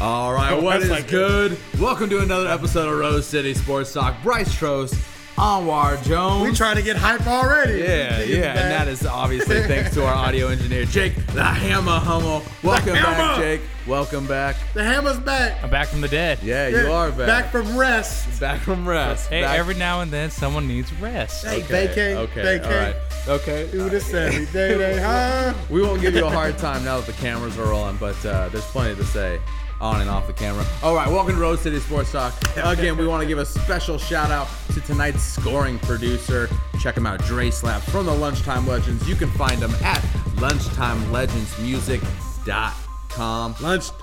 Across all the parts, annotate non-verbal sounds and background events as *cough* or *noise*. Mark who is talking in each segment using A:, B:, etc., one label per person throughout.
A: All
B: *laughs*
A: right, what
C: That's
A: is
C: not
A: good? Welcome to another episode of Rose City Sports Talk. Bryce Trost, Anwar Jones.
C: We trying to get hype already.
A: yeah,
C: Niggas
A: yeah, and
C: back.
A: that is obviously thanks to our audio engineer, Jake the Hammer Hummel. Welcome back,
C: Hammer!
A: Jake. Welcome back.
C: the hammer's back.
B: I'm back from the dead.
A: Yeah, you are back.
C: Back from rest.
A: Back from rest.
B: Hey,
A: Back-
B: every now and then someone needs rest.
C: Hey,
A: Okay,
C: vacate.
A: Okay,
C: vacate.
A: all right. Uh, Okay.
C: Do this
A: *laughs*
C: every day, day, huh?
A: We won't give you a hard time now that the cameras are rolling, but uh, there's plenty to say on and off the camera. All right, welcome to Rose City Sports Talk. Again, we want to give a special shout out to tonight's scoring producer. Check him out, Dre Slap from the Lunchtime Legends. You can find him at lunchtimelegendsmusic.com.
C: Lunch time.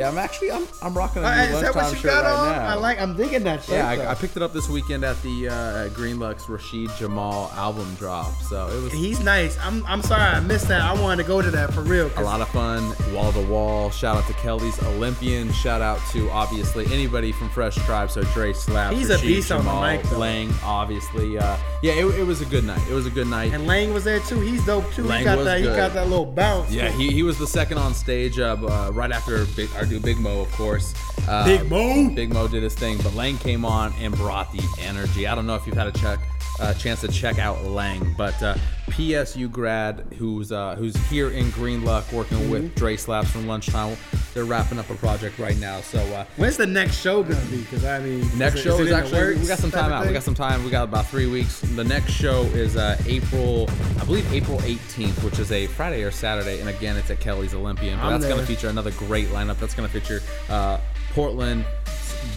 A: Yeah, I'm actually I'm, I'm rocking a new
C: Hey, is that
A: lunchtime
C: what you
A: shirt
C: got
A: right
C: on?
A: now.
C: I like. I'm digging that shit.
A: Yeah, I,
C: though.
A: I picked it up this weekend at the uh, Green Lux Rashid Jamal album drop. So it was
C: He's nice. I'm. I'm sorry. I missed that. I wanted to go to that for real. 'cause
A: a lot of fun, wall to wall. Shout out to Kelly's Olympian. Shout out to obviously anybody from Fresh Tribe. So Dre Slap,
C: He's a
A: Rasheed
C: beast on the
A: Jamal,
C: mic, though.
A: Lang, obviously. Uh, yeah, it, it was a good night. It was a good night.
C: And Lang was there too. He's dope too.
A: Lang
C: he got
A: was
C: that.
A: good.
C: He got that little bounce.
A: *laughs* yeah, he, he was the second on stage uh, b- uh, right after Big, our dude Big Mo, of course. Uh,
C: Big Mo?
A: Big Mo did his thing, but Lang came on and brought the energy. I don't know if you've had a check, uh, chance to check out Lang, but uh, PSU grad who's uh, who's here in Green Luck working
C: Mm-hmm.
A: with Dre Slaps from Lunchtime. They're wrapping up a project right now, so uh,
C: When's the next show gonna be? Because I mean,
A: *laughs* Next
C: it-
A: show
C: it
A: is
C: in the
A: actually we- we
C: works
A: got some
C: type
A: time
C: of
A: out. We
C: thing?
A: got some time. We got about three weeks. The next show is uh, April, I believe April 18th, which is a Friday or Saturday, and again it's at Kelly's Olympian. But
C: I'm
A: that's going to
C: there.
A: feature another great lineup. That's going to feature uh, Portland.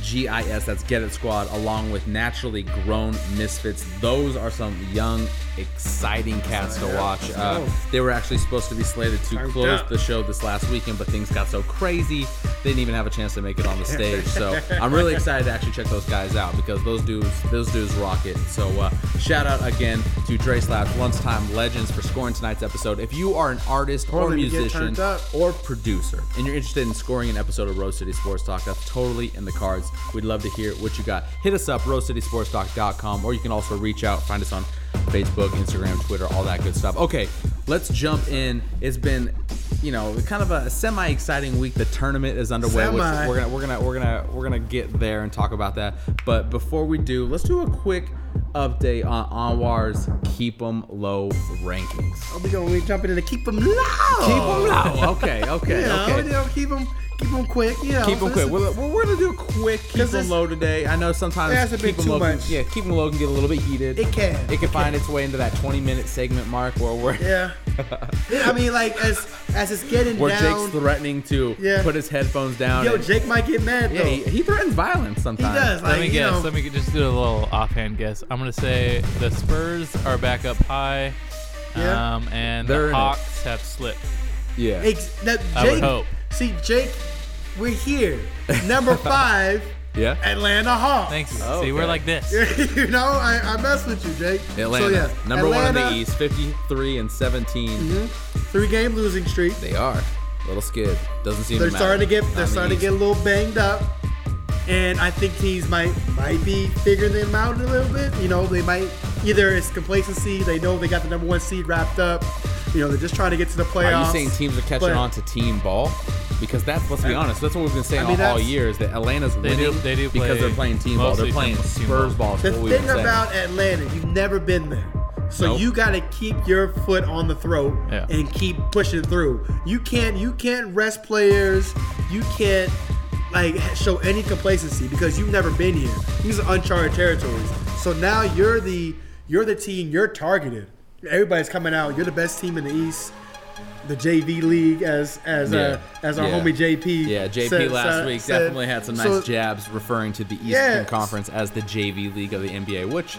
A: GIS, that's Get It Squad, along with Naturally Grown Misfits. Those are some young, exciting cats to watch. Uh,
C: go.
A: they were actually supposed to be slated to
C: Turned
A: close
C: up.
A: the show this last weekend, but things got so crazy they didn't even have a chance to make it on the stage.
C: *laughs*
A: So I'm really excited to actually check those guys out because those dudes, those dudes rock it. So uh, shout out again to Dre Slash Lunchtime Legends for scoring tonight's episode. If you are an artist or
C: Portland, you get
A: musician
C: turned up.
A: or producer and you're interested in scoring an episode of Rose City Sports Talk, that's totally in the cards. We'd love to hear what you got. Hit us up, rosecitysportstalk.com, or you can also reach out, find us on Facebook, Instagram, Twitter, all that good stuff. Okay, let's jump in. It's been, you know, kind of a semi-exciting week. The tournament is underway. which
C: Semi.
A: we're gonna we're gonna we're gonna we're gonna get there and talk about that. But before we do, let's do a quick update on Anwar's keep 'em low rankings.
C: We gonna we jump into the keep them low.
A: Keep 'em low. Okay, okay,
C: You know,
A: okay.
C: you know, keep them, keep them quick. You know,
A: Keep
C: so
A: them quick. uh,
C: this-
A: We're, we're, we're gonna do a quick keep
C: Oh, 'Cause
A: them
C: it's-
A: low today. I know sometimes
C: Yeah, it's a bit
A: keep 'em
C: too
A: low can-
C: much.
A: yeah, keep them low can get a little bit heated.
C: It can.
A: It can find its way into that 20 minute segment mark where we're
C: Yeah. I mean, like as as it's getting
A: *laughs* where
C: down.
A: Jake's threatening to
C: Yeah.
A: put his headphones down.
C: yo,
A: and-
C: Jake might get mad
A: yeah,
C: though.
A: he, he threatens violence sometimes.
C: does,
B: Let
C: like,
B: me
C: you
B: guess.
C: know-
B: Let me g- just do a little offhand guess. I'm gonna say the Spurs are back up high,
C: Yeah.
B: um, and
A: They're in
B: the
A: it.
B: Hawks have slipped.
A: yeah.
C: Ex- that
B: I would
C: Jake,
B: hope.
C: See, Jake, we're here. Number
A: *laughs*
C: five,
A: yeah.
C: Atlanta Hawks.
B: Thanks.
A: Oh,
B: See, we're
A: okay.
B: like this.
C: *laughs* you know, I, I mess with you, Jake.
A: Atlanta,
C: So, yeah,
A: number one in
C: Atlanta, Mm-hmm.
A: the East, 53 and 17.
C: Three game losing streak.
A: They are. Little skid. Doesn't seem
C: They're
A: to
C: starting to get
A: matter. Not in
C: they're
A: the
C: starting to
A: East.
C: get a little banged up. And I think teams might might be figuring them out a little bit. You know, they might either it's complacency, they know they got the number one seed wrapped up. You know, they're just trying to get to the playoffs.
A: Are you saying teams are catching
C: But-
A: on to team ball? Because that's let's be honest, that's what we've been saying
C: I mean,
A: all, all
C: that's-
A: year is that Atlanta's winning
B: do- they do
A: because
B: play
A: they're playing team ball. They're
B: mostly
A: playing
B: team
A: Spurs ball. is
C: The
A: what we've
C: thing
A: been saying.
C: about Atlanta, you've never been there. So
A: Nope.
C: you gotta keep your foot on the throat
B: Yeah.
C: and keep pushing through. You can't you can't rest players. You can't like show any complacency because you've never been here. These are uncharted territories. So now you're the you're the team you're targeted. Everybody's coming out. You're the best team in the East. The JV league, as as uh,
A: Yeah.
C: as our
A: Yeah.
C: homie JP.
A: Yeah, JP
C: said-
A: last
C: said-
A: week
C: said.
A: definitely had some nice
C: So-
A: jabs referring to the Eastern
C: Yeah.
A: Conference as the JV league of the NBA, which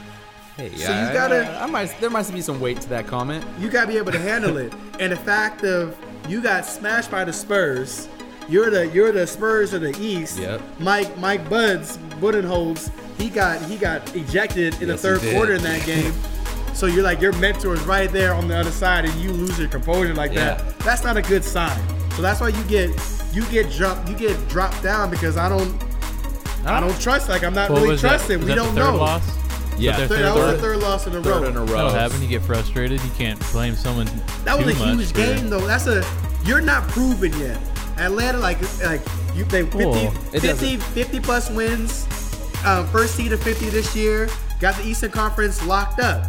A: hey,
C: So
A: I-
C: you gotta-
A: I, I might there might be some weight to that comment.
C: You gotta be able to handle it. And the fact of you got smashed by the Spurs, you're the you're the Spurs of the East.
A: Yep.
C: Mike Mike Buds Budenholz, he got he got ejected in
A: Yes, he
C: the third
A: did.
C: quarter in that game. So you're like your mentor is right there on the other side, and you lose your composure like
A: Yeah.
C: that. That's not a good sign. So that's why you get you get dropped. You get dropped down because I don't. I don't trust. Like I'm not
B: What
C: really
B: was that?
C: trusting.
B: Was
C: We
B: that the
C: don't
B: third
C: know.
B: Loss?
A: Yeah.
B: But their
C: Third-
B: third
C: that was the
B: loss?
C: third loss in a row.
A: Third in a row.
B: That'll
A: *laughs*
B: happen. You get frustrated. You can't blame someone.
C: That was
B: too
C: a
B: much
C: huge
B: for-
C: game, though. That's a you're not proven yet. Atlanta, like like you, they 50,
B: Cool.
A: It
C: 50, 50 plus wins. Um, first seed of 50 this year. Got the Eastern Conference locked up,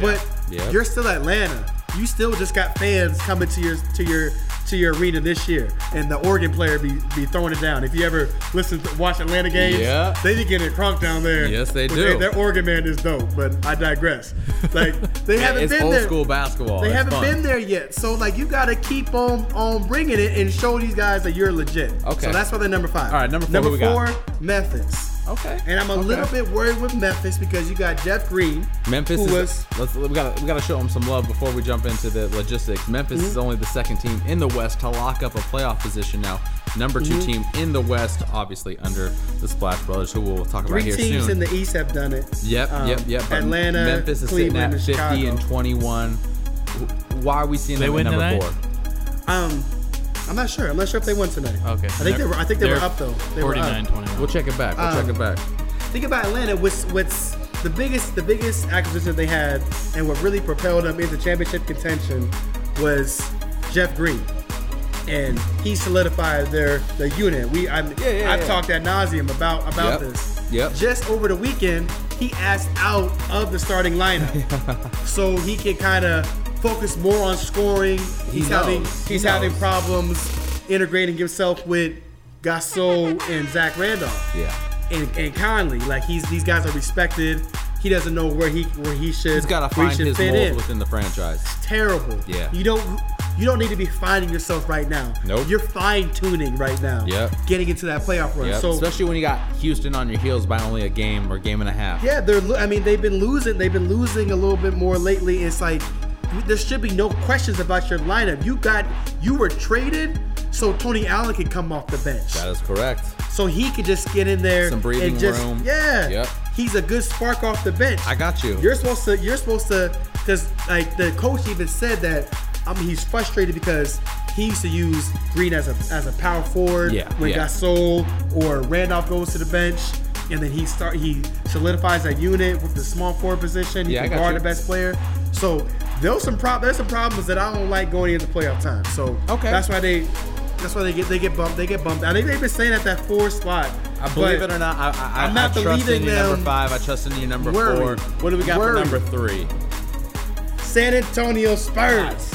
C: but
A: Yeah.
C: you're still Atlanta. You still just got fans coming to your to your to your arena this year, and the Oregon player be, be throwing it down. If you ever listen to watch Atlanta games,
A: Yeah.
C: they be getting crunk down there.
A: Yes, they
C: But
A: do.
C: their Oregon man is dope, but I digress. Like
A: *laughs*
C: they haven't
A: it's
C: been
A: old
C: there.
A: school basketball.
C: They
A: It's
C: haven't
A: Oh, fun.
C: been there yet. So like you gotta keep on on bringing it and show these guys that you're legit.
A: Okay.
C: So that's why they're number five.
A: All right, number four,
C: Number
A: who we
C: four,
A: got?
C: Memphis.
A: Okay.
C: And I'm a
A: Okay.
C: little bit worried with Memphis because you got Jeff Green.
A: Memphis
C: who
A: is,
C: was
A: let's we gotta we gotta show them some love before we jump into the logistics. Memphis
C: Mm-hmm.
A: is only the second team in the West to lock up a playoff position now. Number 2
C: Mm-hmm.
A: team in the West, obviously under the Splash Brothers, who we'll talk about
C: three
A: here
C: teams
A: soon.
C: in the East have done it.
A: yep,
C: Um,
A: yep, yep. But
C: Atlanta,
A: Memphis is
C: Cleveland, and
A: sitting at 50
C: Chicago.
A: and 21. Wh- Why are we seeing
B: They
A: them
B: win
A: at number
B: tonight?
A: four?
C: Um, I'm not sure. I'm not sure if they won tonight.
B: Okay.
C: I think they were. I think they were up though. They were up.
B: 49 21.
A: We'll check it back. We'll check
C: Um,
A: it back.
C: Think about Atlanta. What's what's the biggest the biggest acquisition they had, and what really propelled them into championship contention was Jeff Green, and he solidified their their unit. We I
A: Yeah, yeah,
C: I've
A: yeah.
C: talked ad nauseum about about
A: Yep.
C: this.
A: Yep.
C: Just over the weekend, he asked out of the starting
A: *laughs*
C: lineup, so he can kind of focus more on scoring.
A: He
C: He's having
A: knows. He
C: he's having
A: knows.
C: problems integrating himself with Gasol and Zach Randolph
A: Yeah.
C: and, and Conley. Like he's these guys are respected. He doesn't know where he where he should
A: He's got to
C: where he
A: find
C: should
A: his
C: fit
A: mold
C: in.
A: within the franchise.
C: Terrible.
A: Yeah.
C: You don't you don't need to be finding yourself right now.
A: Nope.
C: You're fine tuning right now.
A: Yep.
C: Getting into that playoff run.
A: Yep.
C: So
A: Especially when you got Houston on your heels by only a game or game and a half.
C: yeah, they're lo- I mean they've been losing they've been losing a little bit more lately. It's like there should be no questions about your lineup. You got you were traded so Tony Allen could come off the bench.
A: That is correct.
C: so he could just get in there
A: Some breathing
C: and just
A: room.
C: yeah.
A: Yep.
C: He's a good spark off the bench.
A: I got you.
C: You're supposed to. You're supposed to. Because like the coach even said that. I mean, he's frustrated because he used to use Green as a as a power forward
A: Yeah,
C: when
A: yeah.
C: Gasol or Randolph goes to the bench, and then he start he solidifies that unit with the small forward position. He
A: Yeah, I
C: can
A: got
C: guard
A: you.
C: the best player. So there's some prob there's some problems that I don't like going into playoff time. So
A: Okay.
C: that's why they that's why they get they get bumped they get bumped. I think they've been staying at that four spot.
A: I believe
C: but
A: it or not, I, I,
C: I'm
A: I-
C: not
A: I trust in
C: believing
A: you number
C: them.
A: five. I trust in you number
C: Worry.
A: four. What do we got
C: Worry.
A: for number three?
C: San Antonio Spurs.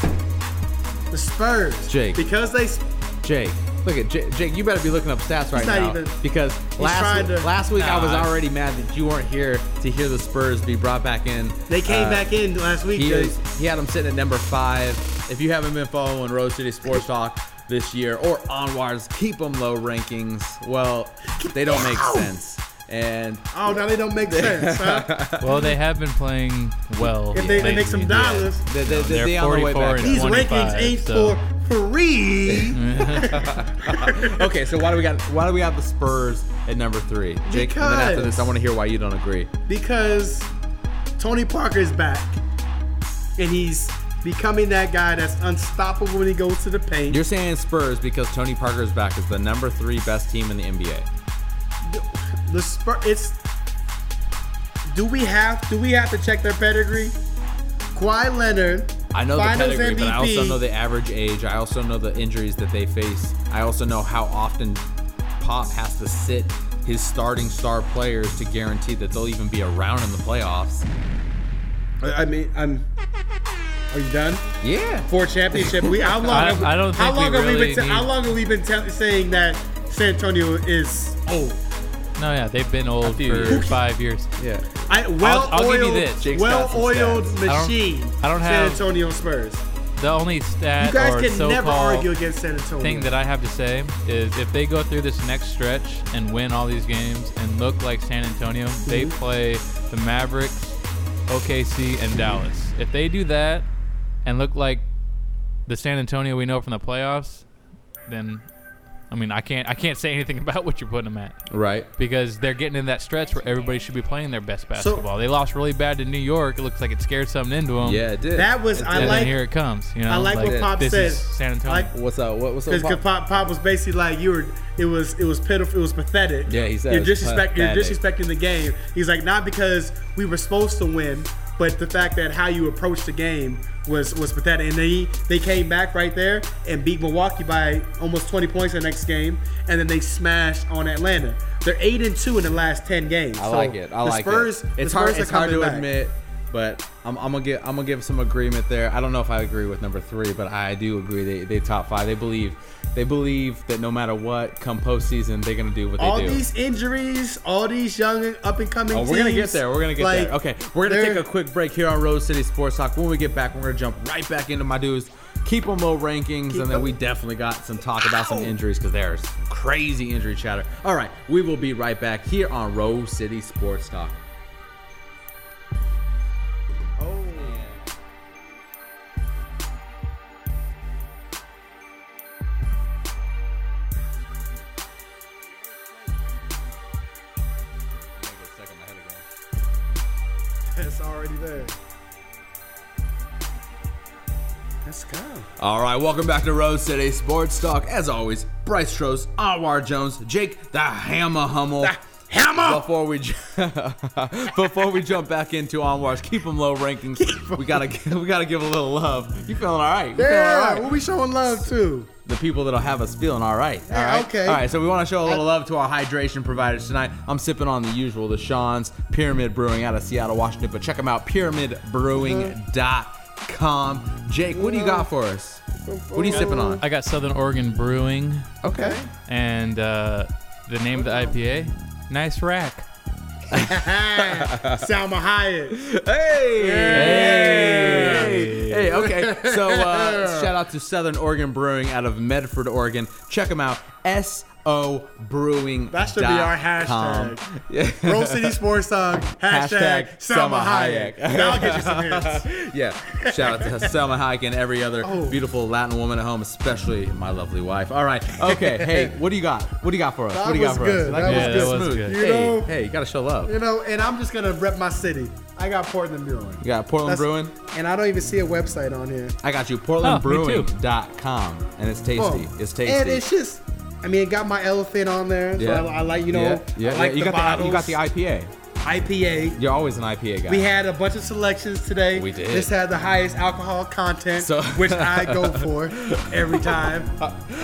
C: The Spurs.
A: Jake.
C: Because they he's
A: Jake, look at Jake. Jake you better be looking up stats right
C: not
A: now
C: even-
A: because last
C: trying to-
A: last week I was
B: Nah.
A: already mad that you weren't here to hear the Spurs be brought back in.
C: they came
A: Uh,
C: back in last week.
A: He,
C: Jake.
A: is, he had him sitting at number five. If you haven't been following Rose City Sports Talk this year or Onwards, keep them low rankings. Well, they don't make sense. And
C: Oh no, they don't make *laughs* sense. huh?
B: well, they have been playing well.
C: If they, they make some
B: lately.
C: dollars,
A: they, they, they,
B: They're
A: they on the way
B: 44
A: back.
B: and
C: these rankings
B: 25,
C: ain't
B: so-
C: for free.
A: *laughs* okay, so why do we got why do we have the Spurs at number three? Jake, and then after
C: Because-
A: this, I want to hear why you don't agree.
C: because Tony Parker is back, and he's becoming that guy that's unstoppable when he goes to the paint.
A: You're saying Spurs because Tony Parker's back is the number three best team in the NBA.
C: the Spur, it's do we have do we have to check their pedigree? Kawhi Leonard,
A: I know the
C: Finals
A: pedigree, but I also
C: MVP.
A: know the average age. I also know the injuries that they face. I also know how often Pop has to sit his starting star players to guarantee that they'll even be around in the playoffs.
C: I I mean, I'm. Are you done?
A: Yeah.
C: For a championship, we how long?
B: *laughs* I-
C: have we-
B: I don't
C: how
B: think we
C: long have we
B: really
C: been?
B: need-
C: how long have we been tell- saying that San Antonio is old?
B: No, yeah, they've been old
A: few
B: for
A: years.
B: five years.
A: Yeah.
C: I well
B: I'll give you
C: oiled,
B: this,
A: Jake's got
C: well
A: some
C: oiled
A: stats.
B: I don't-
C: machine.
B: I
C: San
B: don't have-
C: Antonio Spurs.
B: The only stat
C: You guys
B: or
C: can
B: so-called
C: never argue against San Antonio.
B: thing that I have to say is if they go through this next stretch and win all these games and look like San Antonio, they
C: Mm-hmm.
B: play the Mavericks, OKC, and Dallas. If they do that and look like the San Antonio we know from the playoffs, then I mean, I can't I can't say anything *laughs* about what you're putting them at
A: Right.
B: because they're getting in that stretch where everybody should be playing their best basketball. they lost really bad to New York. It looks like it scared something into them.
A: Yeah, it did.
C: Um, That was
A: It
C: I
B: and
C: like
B: then here it comes. You know,
C: I like what Pop
B: this
C: said.
B: is San Antonio.
C: Like,
A: did. What's up? What, what's up?
C: Because
A: Pop?
C: Pop Pop was basically like you were. It was it was pitiful. It was pathetic.
A: Yeah, he said
C: you're
A: it was
C: disrespect. You're
A: pathetic.
C: disrespecting the game. He's like not because we were supposed to win, but the fact that how you approached the game was was pathetic. And they they came back right there and beat Milwaukee by almost 20 points in the next game, and then they smashed on Atlanta. They're eight and two in the last 10 games.
A: I
C: So
A: like it. I
C: the
A: like
C: Spurs,
A: it.
C: the
A: It's
C: Spurs
A: hard.
C: are
A: It's hard to
C: coming back.
A: admit, but I'm, I'm gonna give I'm gonna give some agreement there. I don't know if I agree with number three, but I do agree they they top five. They believe they believe that no matter what, come postseason, they're gonna do what they
C: all
A: do.
C: these injuries, all these young up and coming.
A: Oh, we're gonna get there. We're gonna get there. Okay, we're gonna take a quick break here on Rose City Sports Talk. When we get back, we're gonna jump right back into my dudes. Keep them low rankings, and then
C: them-
A: we definitely got some talk about some
C: Ow.
A: injuries because there's crazy injury chatter. All right, we will be right back here on Rose City Sports Talk.
C: It's already there. Let's go.
A: All right, welcome back to Rose City Sports Talk. As always, Bryce Trost, Anwar Jones, Jake the Hammer Hummel.
C: Hammer.
A: Before we j- *laughs* before we jump back into Onwards, keep them low rankings. We gotta gi- we gotta give a little love. You feeling all right? You feeling all
C: Yeah,
A: right?
C: we we showing love too.
A: the people that'll have us feeling all right. All right.
C: okay.
A: All right. So we want to show a little love to our hydration providers tonight. I'm sipping on the usual, the Sean's Pyramid Brewing out of Seattle, Washington. But check them out,
C: Uh-huh.
A: pyramidbrewing.com. Jake, what do you got for us? What are you sipping on?
B: I got Southern Oregon Brewing
A: Okay.
B: and uh, the name of the IPA. Nice rack.
C: *laughs* Salma Hayek.
A: Hey! Hey!
B: Hey!
A: okay. So, uh, shout out to Southern Oregon Brewing out of Medford, Oregon. Check them out. SO Brewing.
C: That should be our hashtag. Roll City Sports Talk. Hashtag,
A: Hashtag
C: Salma
A: Salma
C: Hayek.
A: Hayek.
C: That'll get you some
A: *laughs*
C: hits.
A: *laughs* yeah. Shout out to Selma Hayek and every other
C: Oh.
A: beautiful Latin woman at home, especially my lovely wife. All right.
C: *laughs*
A: Okay. Hey, what do you got? What do you got for us?
C: That
A: what do you got
C: was
A: for
C: good.
A: us?
C: That
B: was Yeah, that good. was
A: Smooth.
B: good.
C: You
A: hey,
C: know-
A: hey, you gotta show love.
C: You know, and I'm just gonna rep my city. I got Portland Brewing.
A: You got Portland
C: That's-
A: Brewing.
C: And I don't even see a website on here.
A: I got you
B: Oh, me too.
A: PortlandBrewing.com, and it's tasty.
C: Oh.
A: It's tasty.
C: And it's just, I mean, it got my elephant on there. So
A: Yeah.
C: I, I like, you know,
A: yeah, yeah,
C: I like
A: yeah. You
C: the
A: got the you got
C: bottles.
A: the IPA.
C: IPA.
A: You're always an IPA guy.
C: We had a bunch of selections today.
A: We did.
C: This had the highest alcohol content,
A: So- Uh,
C: which I go for
A: *laughs*
C: every time.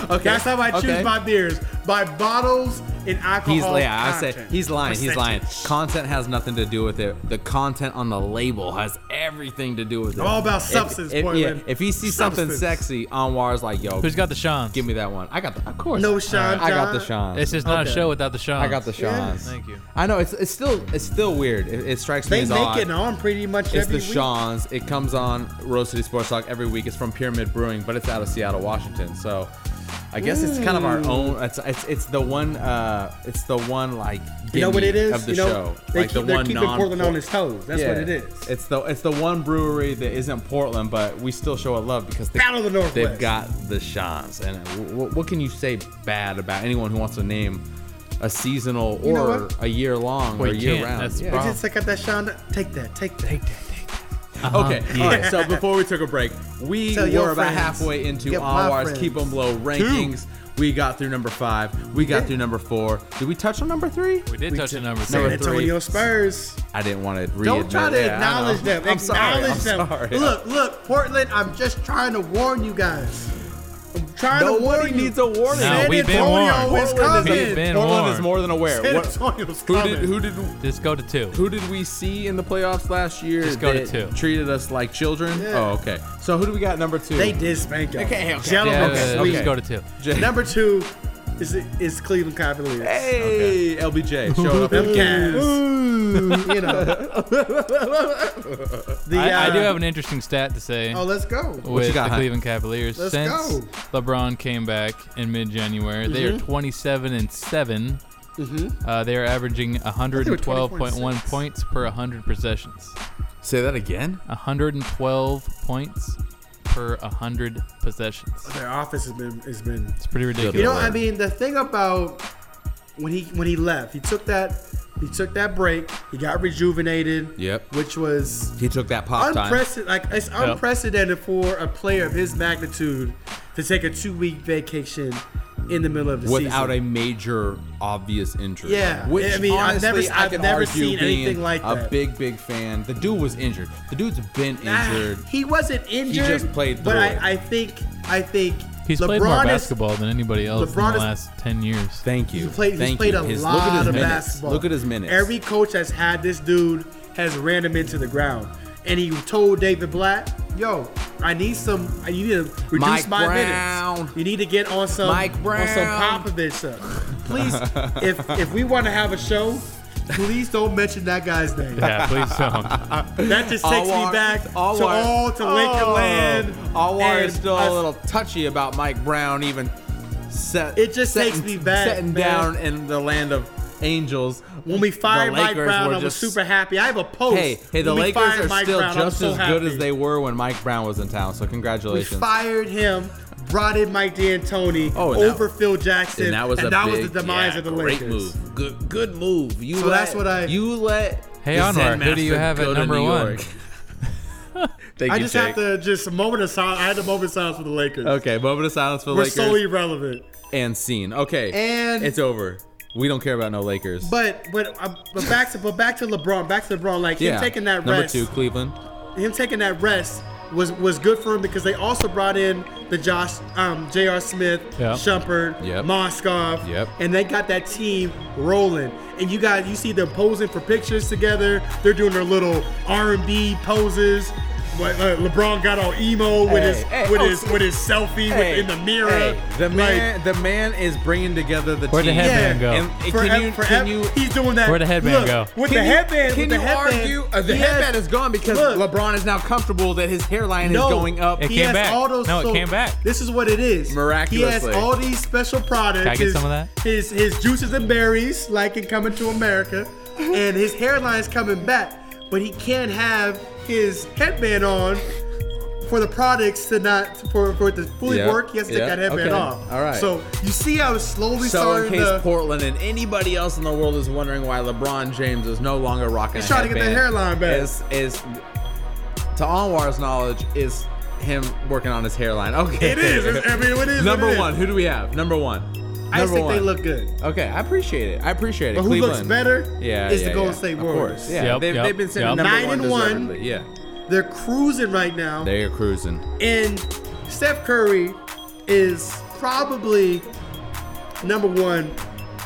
A: okay.
C: That's how I choose
A: okay.
C: my beers by bottles and alcohol.
A: He's yeah, I say
C: content.
A: he's lying. He's lying.
C: Percentage.
A: Content has nothing to do with it. The content on the label has everything to do with it.
C: I'm all about substance,
A: If, if,
C: Portland.
A: if he sees something
C: Substance.
A: sexy, Anwar's like, "Yo,
B: Who's got the Sean?
A: give me that one." I got the, of course.
C: No Sean.
A: I got the
C: John.
A: Sean.
B: This is not
C: Okay.
B: a show without the Sean.
A: I got the Sean's.
B: Thank you.
A: I know it's it's still it's still weird. It, it strikes me
C: They
A: as
C: make
A: odd.
C: it on pretty much
A: It's
C: every
A: the
C: week.
A: Sean's. It comes on Rose City Sports Talk every week. It's from Pyramid Brewing, but it's out of Seattle, Washington. So I guess it's kind of our
C: Mm.
A: own. It's it's, it's the one. Uh, it's the one like
C: You know what it
A: gimme
C: is?
A: of the
C: you know,
A: show.
C: They
A: like
C: keep,
A: the
C: they're
A: one
C: keeping
A: non-
C: Portland on his toes. That's what it is.
A: It's the it's the one brewery that isn't Portland, but we still show it love because they,
C: Battle of the Northwest.
A: they've got the Sean's. And w- what can you say bad about anyone who wants to name a seasonal
C: You know
A: or
C: what?
A: a year long
B: Well,
A: or
B: you
A: year
B: can't.
A: round?
B: That's the
A: Yeah.
B: problem.
C: Just check out that Sean. Take that. Take that. Take that. Take that.
A: Okay. All right. So before we took a break, we
C: Tell your
A: were about
C: friends.
A: halfway into
C: Get my
A: Anwar's Keep
C: friends.
A: 'em Low rankings. We got through number five. We got
C: did.
A: through number four. Did we touch on number three?
B: We did touch the number
A: No,
C: San
A: Number
B: three.
A: three.
C: Antonio Spurs.
A: I didn't want to read.
C: Don't try to acknowledge them.
A: I'm sorry.
C: acknowledge
A: I'm
C: them.
A: sorry. *laughs*
C: Look, look, Portland. I'm just trying to warn you guys. I'm trying to warn
A: Nobody
C: you.
A: needs a warning.
B: No,
C: San
B: we've been
C: Antonio
B: warned.
C: is
A: Portland
C: coming.
A: is,
B: We've been
A: Portland
B: warned.
A: is more than aware.
C: San
A: What-
C: Antonio's
A: who
C: coming.
A: did who did
B: Just go to two.
A: who did we see in the playoffs last year
B: Just go to
A: that
B: two.
A: treated us like children?
C: Yeah.
A: Oh, okay. So who do we got at number two?
C: They did spank him.
A: Okay, okay.
C: Gentlemen,
B: Yeah,
A: Okay,
B: we
A: okay.
B: just go to two.
A: J-
C: Number two is is Cleveland Cavaliers. *laughs*
A: Hey, LBJ showing up.
C: Them Cavs. you know. The,
B: I, I do
C: uh,
B: have an interesting stat to say
C: Oh, let's go.
B: with
A: got,
B: the
A: Hunt?
B: Cleveland Cavaliers.
C: Let's
B: Since
C: go. Mm-hmm.
B: LeBron came back in mid-January, they are 27 and 7 Uh, they are averaging 112.1
C: 20.6.
B: points per 100 possessions.
A: Say that again.
B: 112 points per 100 possessions.
C: Their offense has been has been.
B: It's pretty ridiculous.
C: You know,
A: Lord.
C: I mean, the thing about when he when he left, he took that he took that break. He got rejuvenated.
A: Yep.
C: Which was
A: He took that pop time.
C: unprecedented. Like it's unprecedented for a player of his magnitude to take a two week vacation in the middle of the
A: Without a
C: season.
A: major obvious injury,
C: Yeah,
A: Which,
C: I mean, I've never-
A: honestly, I
C: I've
A: can
C: never
A: argue
C: seen
A: being
C: anything like
A: a
C: that.
A: big, big fan. The dude was injured. The dude's been
C: Ah,
A: injured.
C: he wasn't injured.
A: just played
C: but
A: through
C: I,
A: it.
C: I think I think
B: He's
C: LeBron
B: played more
C: is-
B: basketball than anybody else in
C: LeBron
B: the
C: is-
B: last 10 years.
C: *laughs*
A: Thank you.
C: He's played, he's
A: Thank
C: played
A: you.
C: a
A: His-
C: lot
A: look at his
C: of
A: minutes.
C: basketball.
A: Look at his minutes.
C: Every coach has had this dude has ran him into the ground, and he told David Blatt, "Yo, I need some. You need to reduce
A: Mike
C: my
A: Brown.
C: minutes. You need to get on some
A: Mike
C: on
A: Brown.
C: some Popovich stuff. Please, if if we want to have a show." Please don't mention that guy's name.
B: Yeah, *laughs* please don't.
C: That just takes
A: All
C: me
A: our-
C: back to
A: our-
C: all to Lincoln
A: Oh.
C: Land.
A: All our
C: and
A: is still
C: us-
A: a little touchy about Mike Brown, even set.
C: It just
A: setting-
C: takes me back,
A: Setting
C: man.
A: down in the land of angels.
C: When we fired
A: The
C: Mike
A: Lakers
C: Brown,
A: were
C: I was
A: just-
C: super happy. I have a post.
A: Hey, hey, the
C: When we
A: Lakers
C: fired
A: are
C: Mike
A: still
C: Brown, I'm
A: just
C: so
A: as good as
C: happy.
A: they were when Mike Brown was in town. So
C: We
A: congratulations.
C: fired him, brought in Mike D'Antoni
A: Oh, and that-
C: over Phil Jackson,
A: and that was a big-
C: the demise
A: yeah,
C: of the
A: great
C: Lakers.
A: move. Good, good move. You
C: So
A: let,
C: that's what I-
A: You let.
B: Hey,
A: the
B: Anwar,
A: Zen
B: who do you
A: master
B: have at
A: go to
B: number
A: New
B: one? *laughs*
A: York. Thank
C: I
A: you,
C: just
A: Jake.
C: have to just a moment of silence. I had a moment of silence for the Lakers.
A: Okay, moment of silence for the
C: We're
A: Lakers
C: so irrelevant.
A: and scene. Okay,
C: And-
A: it's over. We don't care about no Lakers.
C: But but uh, but back to but back to LeBron. Back to LeBron. Like him taking that
A: number
C: rest.
A: two, Cleveland.
C: Him taking that rest was was good for him because they also brought in the Josh um J.R. Smith,
B: Yeah.
C: Shumpert,
A: Yep.
C: Moskov,
A: Yep.
C: and they got that team rolling. And you guys, you see them posing for pictures together. They're doing their little R&B poses. Like, uh, LeBron got all emo with
A: Hey,
C: his
A: hey,
C: with
A: oh,
C: his with his selfie
A: Hey,
C: with, in the mirror.
A: hey, the
C: Like,
A: man, the man is bringing together the
B: Where'd the
A: team.
B: headband
C: Yeah,
B: go?
A: And can
C: forever-
A: you,
C: forever-
A: can you,
C: he's doing that.
B: Where'd the headband
C: Look,
B: go?
C: With
A: can
C: the
A: you-
C: headband,
A: Can
C: with the
A: you
C: headband,
A: argue uh, the
C: he has-
A: headband is gone because
C: Look.
A: LeBron is now comfortable that his hairline
C: No.
A: is going up?
B: It
C: He
B: came
C: has
B: back.
C: all those-
B: No, it
C: so
B: came back.
C: This is what it is. He
A: Miraculously.
C: has all these special products.
B: Can I get
C: his,
B: some of that?
C: His his juices and berries, like in Coming to
A: *laughs*
C: America, and his hairline's coming back, but he can't have his headband on. For the products to not for for it to fully
A: Yeah.
C: work, he has to
A: Yeah.
C: take that headband
A: Okay.
C: off.
A: All right.
C: So you see how it's slowly
A: So in
C: starting
A: case
C: to
A: Portland and anybody else in the world is wondering why LeBron James is no longer rocking,
C: He's
A: a
C: trying to get that
A: headband,
C: hairline back.
A: Is is to Anwar's knowledge is him working on his hairline. Okay,
C: It is. It's- I mean, it is what
A: Number
C: it is.
A: one. Who do we have? Number one.
C: I just
A: Number
C: think
A: one.
C: they look good.
A: Okay, I appreciate it. I appreciate it.
C: But who
A: Cleveland.
C: looks better
A: Yeah,
C: is
A: yeah,
C: the Golden
A: yeah.
C: State
A: Of
C: Warriors.
A: course, Yeah,
B: Yep,
A: they've,
B: yep,
A: they've been sitting
B: yep.
A: number
C: Nine
A: one
C: and one.
A: deservedly. Yeah,
C: They're cruising right now.
A: they are cruising.
C: And Steph Curry is probably number one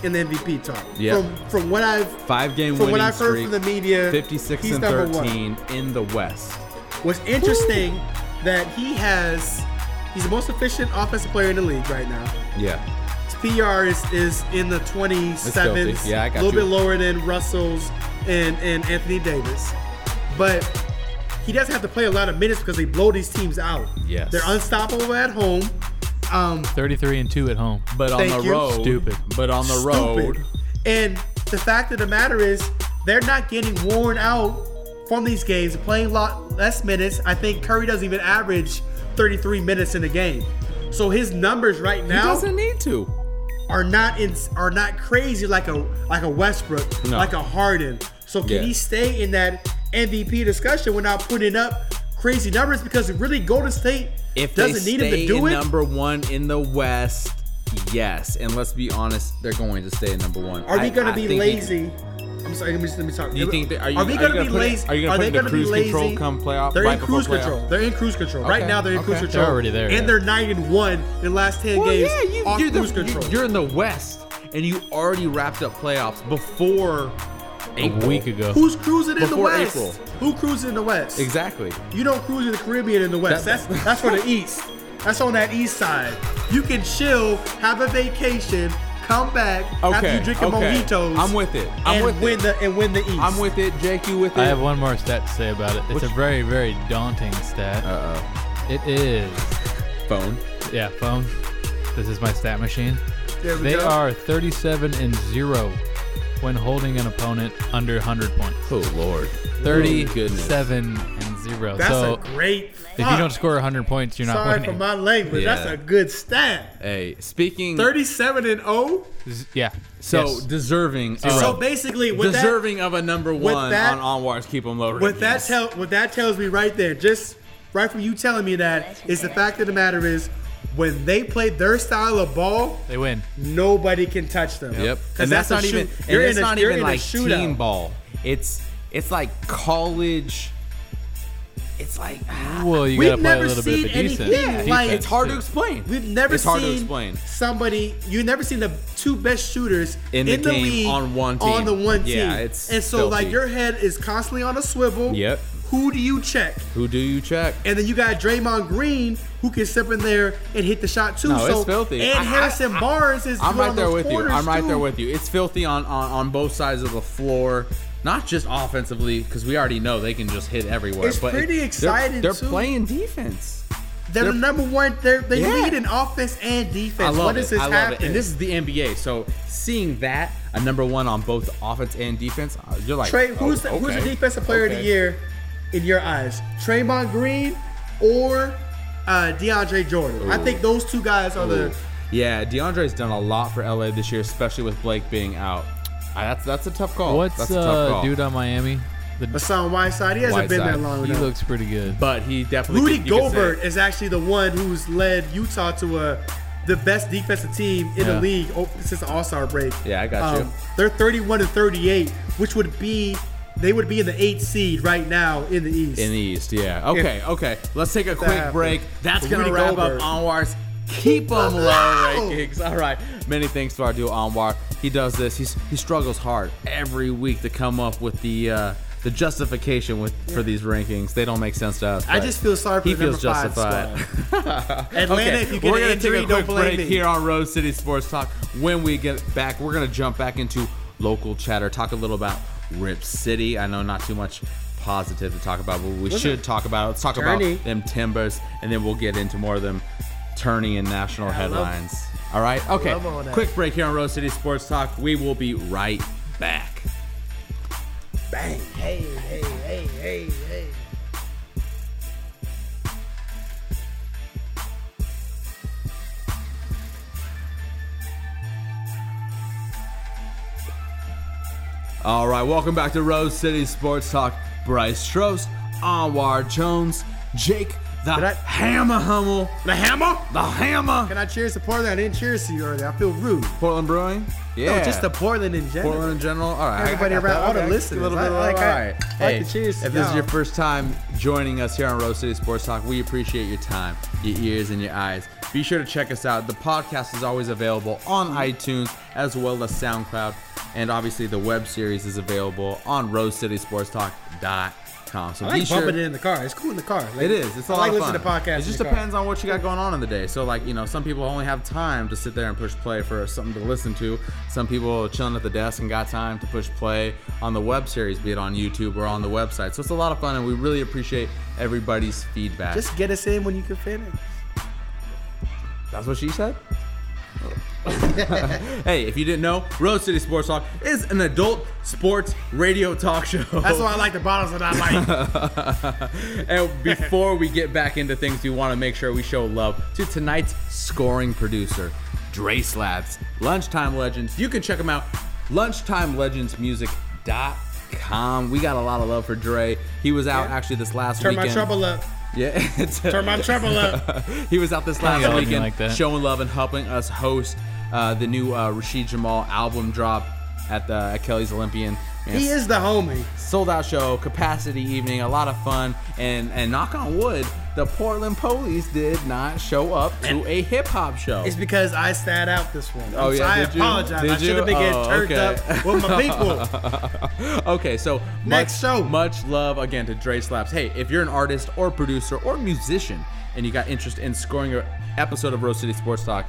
C: in the MVP talk.
A: Yeah.
C: From from what I've
A: Five game
C: from
A: winning
C: what I've heard
A: streak.
C: from the media,
A: 56
C: he's
A: and
C: number
A: 13 in the West.
C: One. What's interesting that he has he's the most efficient offensive player in the league right now.
A: Yeah,
C: His PR is is in the 27s,
A: Yeah, I got
C: a little
A: you.
C: bit lower than Russell's and and Anthony Davis, but he doesn't have to play a lot of minutes because they blow these teams out.
A: Yes.
C: they're unstoppable at home. Um,
B: 33 and 2 at home.
A: but on
C: Thank
A: the
C: you.
A: road,
B: Stupid.
A: But on the road,
C: stupid. And the fact of the matter is, they're not getting worn out from these games, playing lot less minutes. I think Curry doesn't even average 33 minutes in a game. So his numbers right
A: he
C: now
A: doesn't need to.
C: are not in, are not crazy like a like a Westbrook,
A: No.
C: like a Harden. So can
A: Yeah.
C: he stay in that MVP discussion without putting up crazy numbers? Because really, Golden State
A: If
C: doesn't
A: they
C: need
A: stay
C: him to do
A: in
C: it.
A: number one in the West, yes. And let's be honest, they're going to stay in number one.
C: Are we
A: I-
C: gonna
A: I
C: be
A: think he-
C: lazy? I'm sorry, let me, just, let me talk.
A: Do you think that, are you,
C: we
A: you
C: gonna, be
A: put it-
C: lazy?
A: Are you gonna put
C: they
A: it into
C: gonna be
A: cruise control
C: lazy?
A: come playoff?
C: They're
A: right
C: in
A: before
C: cruise
A: playoff?
C: control. They're in cruise control right
A: Okay,
C: now. They're in cruise
A: okay.
C: control.
B: They're already there,
C: and
B: yeah.
C: they're nine and one in the last ten
A: Well,
C: games
A: yeah, you,
C: off
A: you're, the-
C: cruise control.
A: you- you're in the West, and you already wrapped up playoffs before April.
B: A week ago.
C: Who's cruising in the
A: Before
C: West?
A: April.
C: Who cruising in the West?
A: Exactly.
C: You don't cruise in the Caribbean in the West.
A: That-
C: that's that's
A: *laughs*
C: for the East. That's on that East side. You can chill, have a vacation, come back after
A: Okay,
C: you drinking
A: okay.
C: mojitos.
A: I'm with it. I'm
C: and
A: with it.
C: win the and win the East.
A: I'm with it. Jake, you with it?
B: I have one more stat to say about it. It's
A: Which-
B: a very, very daunting stat.
C: Uh.
A: Uh-oh.
B: it is.
A: Phone.
B: Yeah, phone. This is my stat machine.
C: There we
B: They
C: go.
B: are 37 and 0
C: Oh,
B: when holding an opponent under 100 points.
A: Oh, Lord.
B: 37 and zero.
C: That's
B: so
C: a great.
B: if you don't score 100 points, you're not
C: sorry
B: winning.
C: for my language. That's
A: Yeah.
C: a good stat.
A: Hey, speaking.
C: Thirty-seven and zero.
B: Z- yeah.
A: So
B: Yes.
A: deserving. Of,
C: So basically, with that,
A: deserving of a number one
C: that-
A: on Onwards. Keep them loaded.
C: What that tell what that tells me right there, just right from you telling me that, is the fact of the matter is when they play their style of ball,
B: they win.
C: nobody can touch them.
A: Yep.
C: Because that's,
A: not
C: a
A: even.
C: shoot.
A: And
C: You're in
A: it's
C: a,
A: not
C: you're
A: even
C: in
A: like
C: a shootout.
A: team ball. It's it's like college. It's like ah,
B: Well, you
C: We've
B: got to play a
C: never
B: little bit of
C: seen
B: a decent.
C: anything
B: defense,
C: like-
A: it's hard to
B: too.
A: explain.
C: We've never
A: it's
C: seen
A: hard to explain.
C: somebody. You've never seen the two best shooters
A: In the game
C: league
A: on one team.
C: On the one team.
A: Yeah, it's
C: and so like
A: filthy.
C: your head is constantly on a swivel.
A: Yep.
C: Who do you check?
A: Who do you check?
C: And then you got Draymond Green who can step in there and hit the shot too.
A: No,
C: so
A: it's filthy.
C: and
A: I- I-
C: Harrison
A: I-
C: Barnes is
A: I'm
C: doing
A: right there
C: those
A: with you.
C: corners,
A: I'm right
C: too.
A: there with you. It's filthy on, on, on both sides of the floor, not just offensively, because we already know they can just hit everywhere.
C: It's
A: but
C: pretty
A: they're-
C: exciting,
A: They're,
C: too.
A: playing defense.
C: They're, the
A: They're-
C: number one. They're, they
A: Yeah.
C: lead in offense and defense.
A: I love
C: what
A: it.
C: does this
A: I love
C: happen?
A: it. And this is the NBA. So seeing that a number one on both offense and defense, uh, you're like
C: Trey,
A: oh,
C: who's the, who's the
A: okay.
C: defensive player of
A: Okay.
C: the year in your eyes? Traymond Green or uh, DeAndre Jordan? I
A: Ooh.
C: think those two guys are the.
A: Yeah, DeAndre's done a lot for LA this year, especially with Blake being out. Uh, that's that's a tough call.
B: What's
A: that's a tough
B: uh,
A: call.
B: dude on Miami? The,
C: Hassan Whiteside. He hasn't been there
A: Whiteside.
C: long
B: he
C: enough.
B: looks pretty good.
A: But he definitely
C: Rudy
A: could- you could say-
C: Gobert is actually the one who's led Utah to a, the best defensive team in
B: Yeah.
C: the league o- since the All Star break. Um,
A: Yeah, I got you.
C: They're 31 to 38, which would be they would be in the eighth seed right now in the East.
A: In the East, yeah. Okay, okay. Let's take a quick
C: happened.
A: break. That's going
C: Rudy
A: to wrap
C: Gobert.
A: up Anwar's Keep
C: *laughs*
A: Them Low
C: low.
A: rankings. All right. Many thanks to our dude Anwar. He does this. He's, he struggles hard every week to come up with the uh, the justification with for these rankings. They don't make sense to us.
C: I
A: but
C: just feel sorry for
A: he
C: the number
A: feels
C: five
A: justified.
C: squad.
A: *laughs*
C: Atlanta, if you get
A: we're
C: an
A: gonna
C: injury,
A: take a
C: don't
A: quick
C: blame
A: break
C: me.
A: here on Road City Sports Talk. When we get back, we're gonna jump back into local chatter, talk a little about Rip City. I know not too much positive to talk about, but we should talk about. it. Let's talk
C: Tourney.
A: about them Timbers, and then we'll get into more of them tourney and national
C: I love-
A: headlines. all right, okay.
C: love all that.
A: Quick break here on Road City Sports Talk. We will be right back.
C: Bang! Hey! Hey! Hey! Hey! Hey!
A: All right, welcome back to Rose City Sports Talk. Bryce Trost, Anwar Jones, Jake the
C: I-
A: Hammer Hummel,
C: The hammer.
A: the Hammer,
C: Can I cheers to Portland? I didn't cheers to you earlier. I feel rude.
A: Portland Brewing. Yeah,
C: No, just to Portland in general.
A: Portland in general. All right,
C: Everybody
A: I got
C: around,
A: that.
C: all the
A: Okay,
C: listeners.
A: A little
C: I-
A: bit.
C: I
A: all
C: like- I-
A: right.
C: I like
A: Hey,
C: the cheers to
A: If this is
C: y'all.
A: your first time joining us here on Rose City Sports Talk, we appreciate your time, your ears, and your eyes. Be sure to check us out. The podcast is always available on iTunes as well as SoundCloud, and obviously the web series is available on RoseCitySportsTalk.com. So
C: I like
A: be sure.
C: bumping it in the car. It's cool in the car. Like,
A: It is. It's a
C: I
A: lot
C: like
A: of
C: listening to
A: fun.
C: podcasts.
A: It just
C: in the car.
A: depends on what you got going on in the day. So, like, you know, some people only have time to sit there and push play for something to listen to. Some people are chilling at the desk and got time to push play on the web series, be it on YouTube or on the website. So it's a lot of fun, and we really appreciate everybody's feedback.
C: Just get us in when you can finish.
A: That's what
C: *laughs*
A: she said. *laughs* hey, if you didn't know, Road City Sports Talk is an adult sports radio talk show.
C: That's why I like the bottles that I like.
A: *laughs* and before we get back into things, we want to make sure we show love to tonight's scoring producer, Dre Slabs, Lunchtime Legends. You can check them out, lunchtimelegendsmusic.com. We got a lot of love for Dre. He was out actually this last
C: Turn my
A: weekend.
C: trouble up.
A: *laughs* Yeah.
C: Turn my trouble up.
A: *laughs* he was out this last
B: yell at me
A: weekend
B: like that.
A: showing love and helping us host uh, the new uh, Rashid Jamal album drop at the at Kelly's Olympian. Man,
C: He is the homie.
A: sold out show, capacity evening, a lot of fun, and and knock on wood, the Portland Police did not show up to a hip hop show.
C: It's because I sat out this one.
A: Oh, yeah,
C: I
A: did you?
C: apologize. I
A: Did
C: should
A: you?
C: have been getting
A: Oh,
C: turned
A: okay.
C: up with my
A: *laughs*
C: people.
A: okay, so
C: Next
A: much,
C: show.
A: much love again to Dre Slaps. Hey, if you're an artist or producer or musician and you got interest in scoring an episode of Rose City Sports Talk,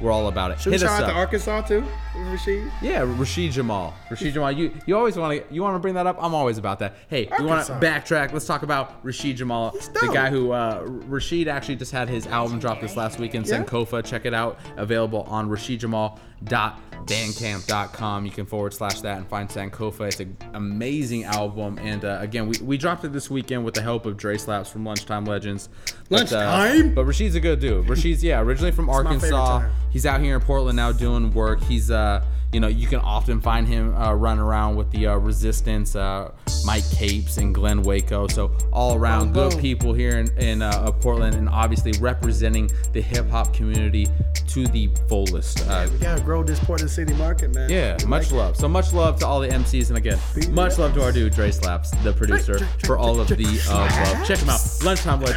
A: we're all about it.
C: Should we
A: Hit us
C: shout out
A: up.
C: to Arkansas too? Rasheed?
A: Yeah, Rashid Jamal. Rashid Jamal. You you always want to you want to bring that up. I'm always about that. Hey, we want to
C: Arkansas.
A: backtrack. Let's talk about Rashid Jamal, the
C: dope.
A: guy who uh, Rashid actually just had his album drop this last weekend.
C: Yeah.
A: Sankofa. Check it out. Available on Rashid Jamal sankofa.bandcamp.com. You can forward slash that and find Sankofa. It's an amazing album. And uh, again, we, we dropped it this weekend with the help of Dre Slaps from Lunchtime Legends. But, uh,
C: Lunchtime?
A: But Rashid's a good dude. Rashid's, yeah, originally from
C: my favorite
A: Arkansas.
C: time.
A: He's out here in Portland now doing work. He's, uh, you know, you can often find him uh, running around with the uh, Resistance, uh, Mike Capes, and Glenn Waco. So all around
C: Boom,
A: good
C: boom.
A: people here in, in uh, uh, Portland, and obviously representing the hip hop community to the fullest. Uh,
C: We gotta grow this Portland City market, man.
A: yeah,
C: We
A: much
C: like it.
A: love. So much love to all the MCs, and again, much love to our dude Dre Slaps, the producer, for all of the above. Check him out,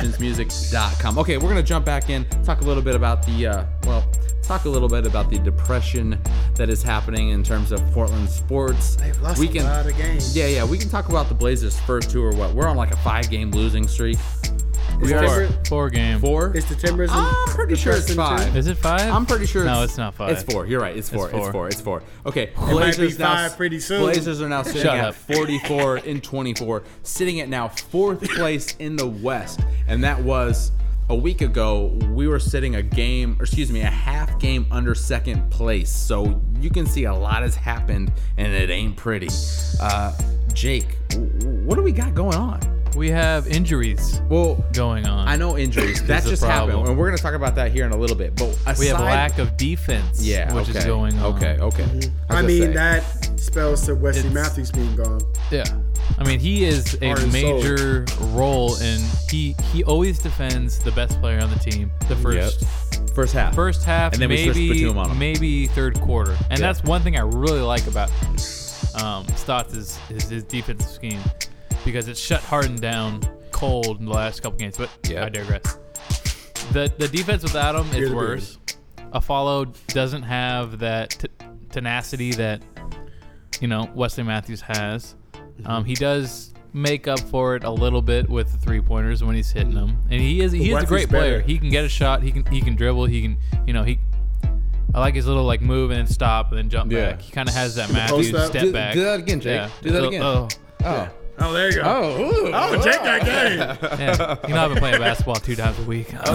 A: lunchtimelegendsmusic.com. Okay, we're gonna jump back in, talk a little bit about the uh, well, talk a little bit about the depression that is happening in terms of Portland sports.
C: They've lost
A: we
C: a
A: can,
C: lot of games.
A: Yeah, yeah, we can talk about the Blazers first two or what. We're on like a five-game losing streak.
C: It's
A: We are
C: different.
B: Four game.
A: four.
C: It's the Timbers. and-
A: I'm pretty
C: the
A: sure it's
C: Preston too.
A: five.
B: Is it five?
A: I'm pretty sure.
B: No, it's not five.
A: It's four. You're right. It's four. It's four.
B: four.
A: It's four. Okay.
C: be five pretty soon.
A: Blazers are now sitting
B: Shut
A: at
B: up. *laughs*
A: 44 and 24, sitting at now fourth place in the West, and that was. A week ago, we were sitting a game, or excuse me, a half game under second place. So you can see a lot has happened, and it ain't pretty. Uh, Jake, w- w- what do we got going on?
B: We have injuries
A: Well,
B: going on.
A: I know injuries. That
B: the
A: just happened,
B: problem.
A: and we're gonna talk about that here in a little bit. But aside,
B: We have lack of defense.
A: yeah,
B: which
A: okay.
B: is going on.
A: Okay, oh. okay.
C: Mm-hmm. I
A: was gonna
C: mean,
A: say.
C: that spells to Wesley
B: It's-
C: Matthews being gone.
B: Yeah. I mean, he is a
C: Heart and soul.
B: major role, and he he always defends the best player on the team. The first
A: Yep. first half.
B: first half,
A: And then we switched
B: maybe
A: Batum on him.
B: maybe third quarter, and
A: Yeah.
B: that's one thing I really like about um, Stotts is, is his defensive scheme because it shut Harden down cold in the last couple games. But
A: Yeah.
B: I digress. The the defense without him
C: You're
B: is
C: the
B: worse. A follow doesn't have that t- tenacity that you know Wesley Matthews has. Um,
A: Mm-hmm.
B: he does make up for it a little bit with the three pointers when he's hitting them, and he is he is a
C: Wesley's
B: great player.
C: better.
B: He can get a shot. He can he can dribble. He can you know he. I like his little like move and then stop and then jump
A: Yeah.
B: back. He kind of has that Matthews
C: post up?
B: step
A: Do-
B: back.
A: do that again, Jake. Do that
B: Oh,
A: again.
B: Oh,
A: Oh.
C: Oh, there you go.
A: ooh.
C: Oh, take that *laughs* game.
B: yeah. You know I've been playing basketball two times a week.
A: *laughs* *laughs*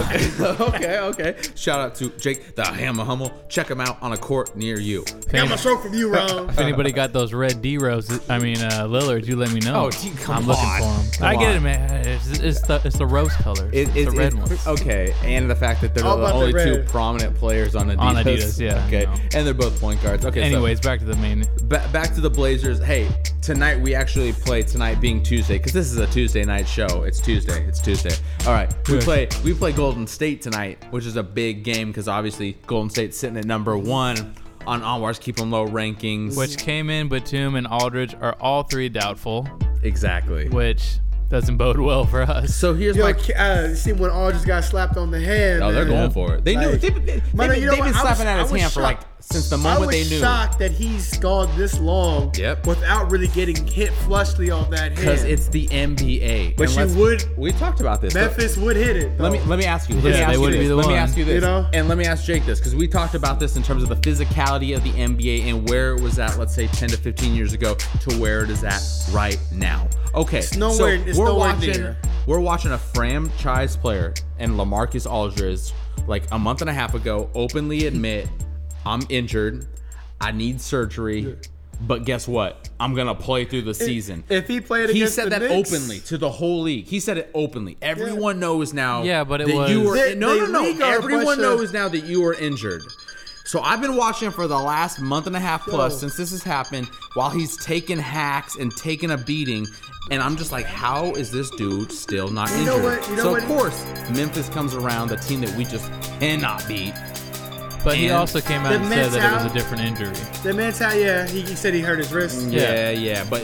A: okay, okay. Shout out to Jake the Hammer Hummel. Check him out on a court near you.
B: If
C: Got
B: any-
C: my stroke from you,
A: *laughs*
C: Ron.
B: if anybody got those red D roses, I mean uh, Lillard, you let me know.
A: Oh, gee, come
B: I'm looking
A: on.
B: for them.
A: Come
B: I get
A: on.
B: it, man. It's, it's the it's the rose color.
A: It-
B: it's the red
A: it-
B: ones.
A: Okay, and the fact that they're
C: All
A: the
C: about the
A: only two
C: red.
A: prominent players on Adidas.
B: On Adidas, yeah,
A: Okay,
B: I know.
A: and they're both point guards. Okay, so-
B: Anyways, back to the main.
A: ba- back to the Blazers. Hey, tonight we actually play tonight being Tuesday because this is a Tuesday night show. It's Tuesday. It's Tuesday. All right, we
B: Yeah.
A: play we play Golden State tonight, which is a big game because obviously Golden State's sitting at number one on Onwards Keep 'Em Low rankings.
B: Which came in, Batum and Aldridge are all three doubtful,
A: exactly.
B: which doesn't bode well for us.
A: So here's
C: Yo,
A: my.
C: ki- uh, you see when all just got slapped on the hand.
A: Oh, they're
C: man.
A: going for it. They knew.
C: Like-
A: They've been, they, have
C: Mano,
A: been,
C: you know
A: they've
C: what?
A: been
C: I was-
A: slapping
C: I
A: at his
C: was
A: hand for like
C: shocked.
A: since the
C: I
A: moment
C: was
A: they knew.
C: shocked that he's gone this long
A: Yep.
C: without really getting hit flushly on that hand.
A: Because it's the NBA.
C: But
A: And
C: you
A: let's-
C: would-
A: We talked about this.
C: Memphis would hit it.
A: Let me
C: though.
A: let me ask you. Let
B: Yeah,
A: me
B: they
A: ask you
B: wouldn't
A: this.
B: be the
A: let me
B: one.
A: ask you this.
C: You know?
A: And let me ask Jake this because we talked about this in terms of the physicality of the NBA and where it was at, let's say 10 to 15 years ago, to where it is at right now. Okay, it's
C: nowhere-
A: So
C: it's
A: we're
C: nowhere
A: watching.
C: near.
A: We're watching a franchise player and LaMarcus Aldridge, like a month and a half ago, openly admit, "I'm injured, I need surgery." But guess what? I'm gonna play through the season.
C: if he played
A: he
C: against
A: said
C: the
A: that
C: Knicks-
A: openly to the whole league. He said it openly. Everyone knows now.
B: Yeah, but it
A: that
B: was-
A: you were
C: They-
A: no,
C: they
A: no, no.
C: league are a bunch
A: Everyone
C: of-
A: knows now that you were injured. So I've been watching for the last month and a half plus
C: Yo.
A: since this has happened, while he's taking hacks and taking a beating, and I'm just like, how is this dude still not
C: You know
A: injured?
C: what- you know
A: so
C: what-
A: of course, Memphis comes around, the team that we just cannot beat.
B: But he
A: And
B: also came out
C: the
B: and said that it was
C: mental-
B: a different injury.
C: The man's how, yeah, he, he said he hurt his wrist.
A: Yeah, yeah,
B: Yeah.
A: but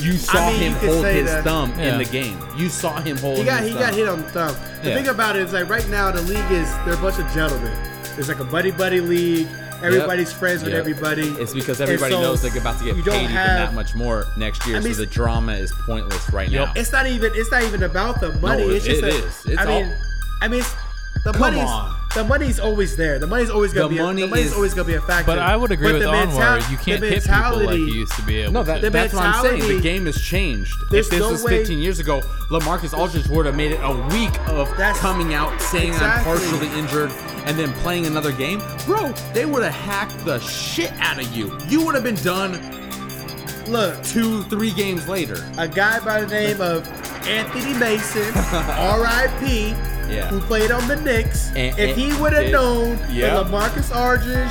A: you saw
C: mean,
A: him
C: you could
A: hold
C: say
A: his
C: that.
A: thumb in
B: Yeah.
A: the game. You saw him hold.
C: He got
A: his
C: he
A: thumb.
C: got hit on the thumb. The
A: Yeah.
C: thing about it is like right now the league is they're a bunch of gentlemen. It's like a buddy buddy league. Everybody's friends with
A: Yep.
C: everybody.
A: It's because
C: And
A: everybody
C: so
A: knows they're about to get
C: you
A: paid
C: don't
A: even
C: have-
A: that much more next year,
C: I mean,
A: so the drama is pointless right
B: Yep.
A: now.
C: It's not even it's not even about the money.
A: No,
C: it's just
A: it
C: a-
A: is. It's
C: I mean,
A: all-
C: I mean, it's, the
A: Come
C: money's
A: on.
C: The money's always there. The money's always gonna
A: The
C: be. A,
A: money
C: the money's
A: is-
C: always gonna be a factor.
B: But I would agree
C: But
B: with
C: the
B: Anwar.
C: mentali-
B: You can't
C: the
B: hit people like
C: mentality-
B: you used to be able
A: No, that,
B: to.
C: The
A: that's what I'm saying. The
C: mentality-
A: game has changed.
C: There's
A: If this
C: no
A: was
C: way-
A: 15 years ago, Lamarcus Aldridge would have made it a week of
C: That's-
A: coming out saying I'm
C: Exactly.
A: partially injured and then playing another game. Bro, they would have hacked the shit out of you. You would have been done
C: Look,
A: two, three games later.
C: a guy by the name of Anthony
A: *laughs*
C: Mason, R.I.P.,
A: Yeah.
C: who played on the Knicks.
A: And-
C: if
A: and-
C: he would have
A: it-
C: known that
A: yeah.
C: LaMarcus Aldridge,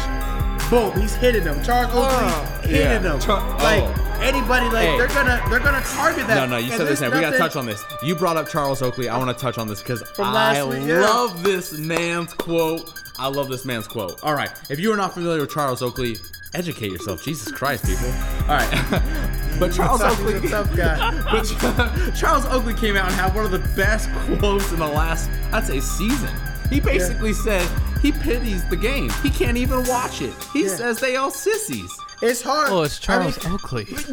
C: boom, he's hitting them. Charles Oakley
A: Oh,
C: hitting
A: yeah.
C: them.
A: Char-
C: like
A: oh.
C: anybody, like
A: Hey.
C: they're gonna they're gonna target that.
A: No, no, you
C: And
A: said this.
C: there's
A: Name. We got to
C: nothing-
A: touch on this. You brought up Charles Oakley. I want to touch on this because
C: From last
A: I
C: week, yeah.
A: love this man's quote. I love this man's quote. All right, if you are not familiar with Charles Oakley, educate yourself. Jesus Christ, people. All right, *laughs* but Charles
C: Tough-
A: Oakley.
C: he's a tough guy.
A: *laughs* But Ch- Charles Oakley came out and had one of the best *laughs* quotes in the last, I'd say, season. He basically said he pities the game. He can't even watch it. He
C: Yeah.
A: says they all sissies.
C: It's hard.
B: Oh, it's
C: I mean,
B: Charles Oakley.
C: Because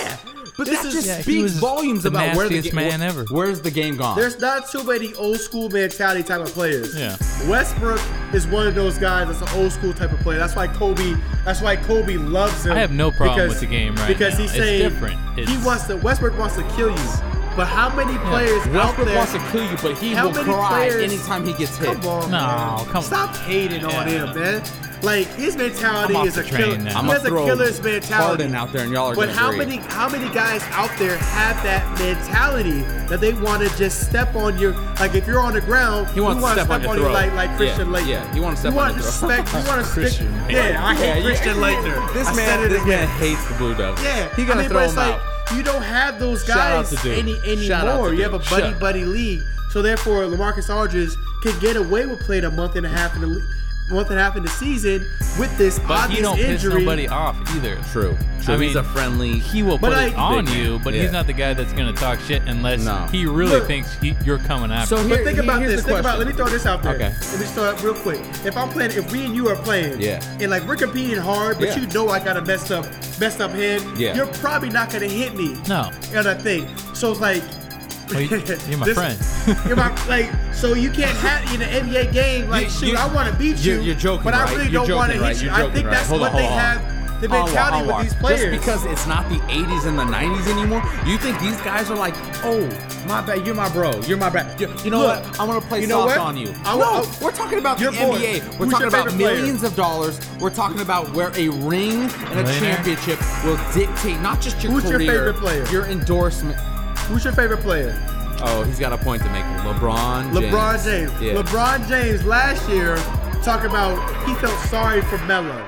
A: yeah, but
C: this
A: that
C: is-
A: just
B: Yeah, he
A: speaks
B: was
A: volumes
B: the
A: about where the
B: nastiest
A: ga-
B: man
A: where-
B: ever.
A: Where's the game gone?
C: There's not too many old school mentality type of players.
B: Yeah.
C: Westbrook is one of those guys that's an old school type of player. That's why Kobe. That's why Kobe loves him.
B: I have no problem with the game right
C: because
B: now.
C: he's
B: It's
C: saying
B: different.
C: he
B: It's-
C: wants to. Westbrook wants to kill you. But how many players out
A: Westbrook
C: there?
A: wants to kill you, but he
C: How
A: will
C: many
A: cry
C: players-
A: anytime he gets hit.
C: come on,
B: No,
C: man.
B: come on.
C: Stop hating on
B: Yeah.
C: him, man. Like his mentality
B: I'm off
C: is
B: the
C: a
B: train
C: killer.
B: now.
C: He
A: I'm
C: has
A: gonna
C: a
A: throw
C: killer's mentality.
A: Harden out there, and y'all are
C: But
A: gonna
C: how
A: agree.
C: many how many guys out there have that mentality that they want to just step on your like if you're on the ground,
A: He wants
C: you
A: to
C: wanna
A: step on your
C: you
A: throat.
C: like like
A: Yeah,
C: Christian Laettner.
A: yeah, he wants to step
C: you
A: on
C: want
A: your throat.
C: respect. You
B: *laughs*
C: want to stick.
B: Christian Laettner.
C: Yeah, I hate
A: you- *laughs*
C: Christian Laettner.
A: This
C: I
A: man,
C: said it
A: this
C: again.
A: man hates the Blue Devils.
C: Yeah,
A: he gonna
C: I mean,
A: throw
C: but it's
A: him
C: like,
A: out.
C: You don't have those
A: Shout out
C: guys
A: to Duke.
C: any
A: Shout out
C: anymore.
A: to
C: You have a
A: Duke.
C: buddy
A: Shut-
C: buddy league, so therefore Lamarcus Aldridge could get away with playing a month and a half in the le- month and a half in the season with this
B: But
C: obvious
B: he don't piss
C: injury.
B: nobody off either.
A: True. True.
B: I
A: he's
B: mean,
A: a friendly.
B: He will
C: But
B: put
C: I-
B: it
A: Big
B: on
A: man.
B: you, but
A: Yeah.
B: he's not the guy that's going to talk shit unless
A: No.
B: he really
C: Look.
B: thinks he, you're coming
A: So
B: after. him.
A: he-
C: But
A: Here-
C: think
A: here-
C: about
A: here's
C: this.
A: the
C: Think about.
A: question.
C: Let me throw this out there.
A: Okay.
C: Let me throw it real quick. If I'm playing, if we and you are playing,
A: Yeah.
C: and like we're competing hard, but
A: Yeah.
C: you know I got a messed up, messed up hand.
A: Yeah.
C: You're probably not gonna hit me.
B: No.
C: And I think so. It's like. *laughs*
A: Oh,
B: Well, you- you're my friend.
C: you're my like. So you can't have in an NBA game like
A: You-
C: shoot.
A: you-
C: I want to beat you.
A: you're- you're joking,
C: But I
A: right?
C: really
A: You're
C: don't want to
A: joking,
C: hit
A: right?
C: you.
A: You're
C: I
A: joking,
C: think
A: right?
C: that's
A: Hold
C: what
A: on,
C: they
A: hold on.
C: have. The
A: Anwar,
C: mentality
A: Anwar,
C: with these players.
A: Just because it's not the 80s and the 90s anymore, you think these guys are like, oh, my bad, you're my bro, you're my bad. You, you know
C: Look,
A: what? I'm gonna play
C: you know
A: soft
C: what?
A: on you.
C: I-
A: no,
C: I-
A: we're talking about the
C: Your boy.
A: NBA. We're
C: Who's
A: talking
C: your
A: about
C: favorite player?
A: millions of dollars. We're talking about where a ring and a
B: Millionaire?
A: championship will dictate not just your
C: Who's your
A: career,
C: favorite player?
A: your endorsement.
C: Who's your favorite player?
A: Oh, he's got a point to make. LeBron. James.
C: LeBron James.
A: Yeah.
C: LeBron James last year talked about he felt sorry for Melo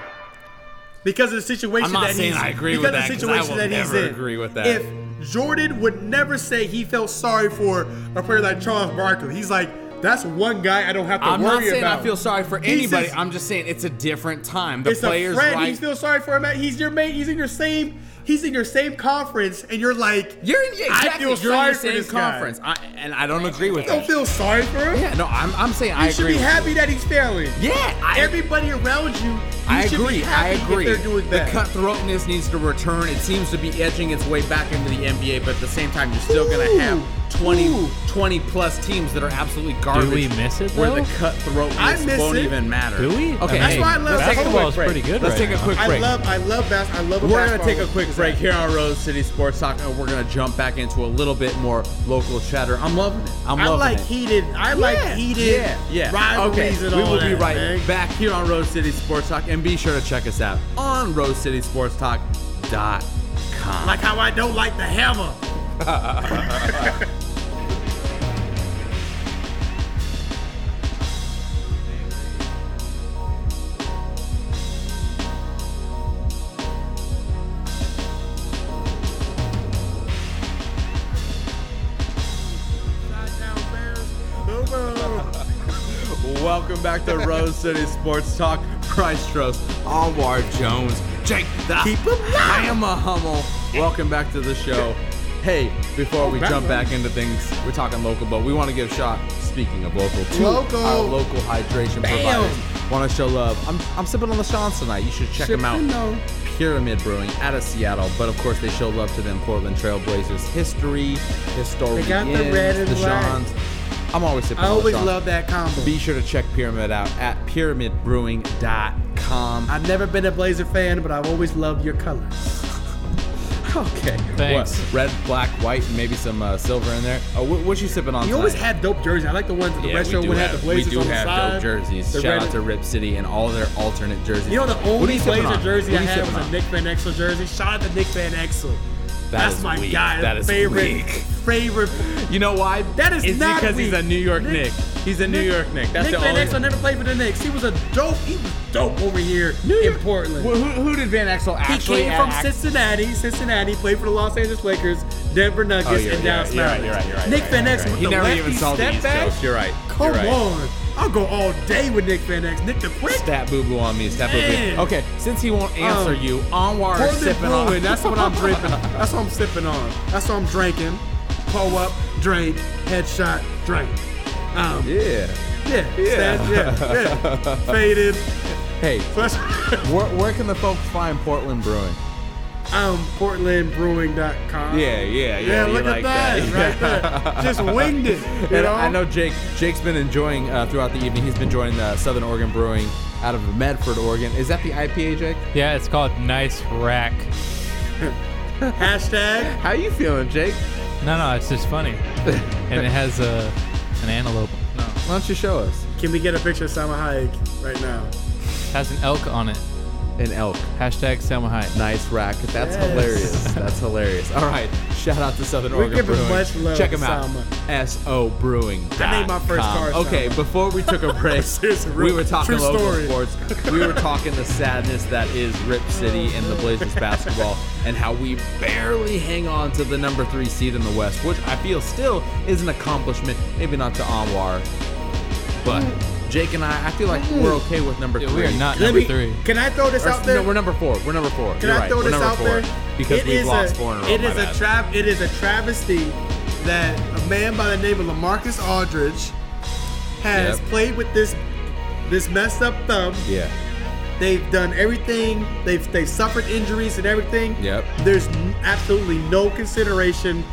C: because of the situation
A: I'm not
C: that
A: saying
C: he's
A: I agree
C: because
A: with
C: of the
A: that, 'cause I
C: situation
A: will
C: that he's
A: never
C: in.
A: agree with that.
C: If Jordan would never say he felt sorry for a player like Charles Barkley, he's like, that's one guy I don't have to
A: I'm
C: worry
A: not saying
C: about.
A: I feel sorry for
C: He's
A: anybody.
C: just-
A: I'm just saying it's a different time. The
C: it's
A: players
C: a friend.
A: right.
C: You feel sorry for him. He's your mate. He's in your same. He's in your same conference, and you're like,
A: You're in yeah, exactly.
C: I feel
A: You're
C: sorry
A: in the same
C: for this
A: conference, I, and I don't agree with
C: Guy. Don't
A: that.
C: feel sorry for him.
A: Yeah, no, I'm, I'm saying I
C: You should
A: agree.
C: be
A: with
C: happy that he's failing.
A: you. Yeah, I,
C: everybody around you, you
A: I
C: should
A: agree.
C: be happy
A: I agree.
C: if they're doing that.
A: The cutthroatness needs to return. It seems to be edging its way back into the NBA, but at the same time, you're still gonna have
C: Ooh.
A: 20,
C: Ooh.
A: 20 plus teams that are absolutely garbage.
B: we miss it,
A: Where the
B: though?
A: cutthroatness
C: I miss
A: won't
C: it.
A: even matter.
B: Do we?
A: Okay,
B: That's
A: hey,
C: why I love
A: let's take a
C: basketball
A: quick
C: is
A: break.
B: pretty good
A: Let's
B: right
A: take a
B: now.
A: quick
C: I
A: break.
C: love, I love bas- I love.
A: We're
C: going
A: gonna
C: to
A: take a quick break here on Rose City Sports Talk, and we're gonna jump back into a little bit more local chatter. I'm loving it. I'm
C: I
A: loving
C: like
A: it.
C: heated. I like heated
A: Yeah, yeah.
C: rivalries
A: okay.
C: and
A: we
C: all
A: will
C: that.
A: be right
C: man.
A: back here on Rose City Sports Talk, and be sure to check us out on RoseCitySportsTalk.com.
C: Like how I don't like the hammer.
A: Welcome back
C: *laughs*
A: to Rose City Sports Talk. Price Trust, Anwar Jones, Jake the
C: Keep 'em locked.
A: I am a Hummel. Welcome back to the show. Hey, before we
C: back
A: jump
C: on.
A: back into things, we're talking local, but we want to give a shot. Speaking of local, to
C: Local.
A: our local hydration providers. Want to show love? I'm, I'm sipping on the Sean's tonight. You should check them out.
C: Sipping on.
A: Pyramid Brewing out of Seattle, but of course they show love to them Portland Trailblazers history, historians,
C: red and
A: the
C: black.
A: Sean's. I'm always sipping.
C: I
A: on
C: always
A: Lechon.
C: love that combo.
A: Be sure to check Pyramid out at pyramidbrewing.com.
C: I've never been a Blazer fan, but I've always loved your colors.
A: *laughs* Okay.
B: Thanks.
A: What, red, black, white, and maybe some uh, silver in there. Oh, what, what you sipping on?
C: You always
A: tonight?
C: had dope jerseys. I like the ones that the
A: Yeah,
C: retro
A: we do
C: one
A: have,
C: had the Blazers
A: we do
C: on the
A: have
C: side.
A: dope jerseys.
C: The
A: Shout
C: red-
A: out to Rip City and all their alternate jerseys.
C: You know the
A: What are
C: only
A: you sipping
C: Blazer
A: on?
C: jersey
A: What
C: I
A: are you
C: had
A: sipping
C: was a
A: on?
C: Nick Van Exel jersey. Shout out to Nick Van Exel. That's
A: is
C: my
A: weak.
C: guy.
A: That is
C: favorite.
A: weak.
C: *laughs* Favorite.
A: You know why?
C: That is
A: it's
C: not
A: because he's
C: weak.
A: a New York
C: Nick-
A: Nick. He's a New York Nick. That's
C: Nick
A: the
C: Van
A: only.
C: Exel never played for the Knicks. He was a dope. He was dope over here in Portland.
A: Well, who, who did Van Exel
C: He
A: actually?
C: came from
A: act-
C: Cincinnati. Cincinnati played for the Los Angeles Lakers, Denver Nuggets,
A: Oh, you're,
C: and
A: you're
C: Dallas
A: right, you're right.
C: Mavericks.
A: You're right. You're right.
C: Nick
A: you're
C: Van
A: right,
C: Exel with the
A: you're right. He never
C: lefty
A: even saw the
C: step
A: East
C: back.
A: Coast. You're right.
C: Come
A: you're right.
C: on, I'll go all day with Nick Van Exel. Nick the Quick.
A: Stat boo boo on me. Stat boo
C: Man.
A: boo. Okay, since he won't answer
C: Um,
A: you, Anwar is
C: Portland
A: sipping
C: Brewing.
A: on.
C: That's what I'm drinking. That's what I'm sipping on. That's what I'm drinking. Pull up, drink, headshot, drink. Um, yeah,
A: Yeah.
C: yeah,
A: Yeah.
C: yeah, yeah, yeah. Faded.
A: Hey,
C: Plus, *laughs*
A: where, where can the folks find Portland Brewing?
C: um, PortlandBrewing.com.
A: Yeah, yeah, yeah.
C: Yeah,
A: you
C: look
A: like
C: at that, right
A: *laughs*
C: there. Just winged it. You
A: and
C: know?
A: I know Jake. Jake's been enjoying uh, throughout the evening. He's been joining the Southern Oregon Brewing out of Medford, Oregon. Is that the IPA, Jake?
B: Yeah, it's called Nice Rack.
C: Hashtag.
A: How you feeling, *laughs* Jake?
B: No, no, it's just funny, and it has a an antelope. No,
A: Why don't you show us
C: Can we get a picture of Salma Hayek right now?
B: has an elk on it.
A: an elk?
B: Hashtag Selma Hayek.
A: Nice rack. That's
C: Yes. *laughs*
A: hilarious. That's hilarious. All right. Shout out to Southern Oregon
C: giving
A: Brewing.
C: much love
A: Check
C: to
A: them out.
C: Salma.
A: SO Brewing.
C: I named my first car
A: Okay,
C: Salma.
A: before we
C: *laughs*
A: took a break,
C: Seriously,
A: we
C: real-
A: were talking
C: true
A: local
C: story.
A: sports. We were talking the sadness that is Rip City and the
C: *laughs*
A: Blazers basketball and how we barely hang on to the number three seed in the West, which I feel still is an accomplishment. Maybe not to Anwar, but Jake and I, I feel like we're
C: Mm.
A: okay with number
B: Yeah,
A: three.
B: we are not
C: Let
B: number
C: me-
B: three.
C: Can I throw this
A: Or-
C: out there?
A: No, we're number four. We're number four.
C: Can
A: You're
C: I
A: right.
C: throw
A: we're
C: this
A: number
C: out
A: four
C: there?
A: Because
C: It
A: we've
C: is
A: lost
C: a,
A: four in a row.
C: It
A: my
C: is a
A: bad.
C: trap. It is a travesty that a man by the name of Lamarcus Aldridge has
A: Yep.
C: played with this this messed up thumb.
A: Yeah.
C: They've done everything. They've they suffered injuries and everything.
A: Yep.
C: There's n- absolutely no consideration,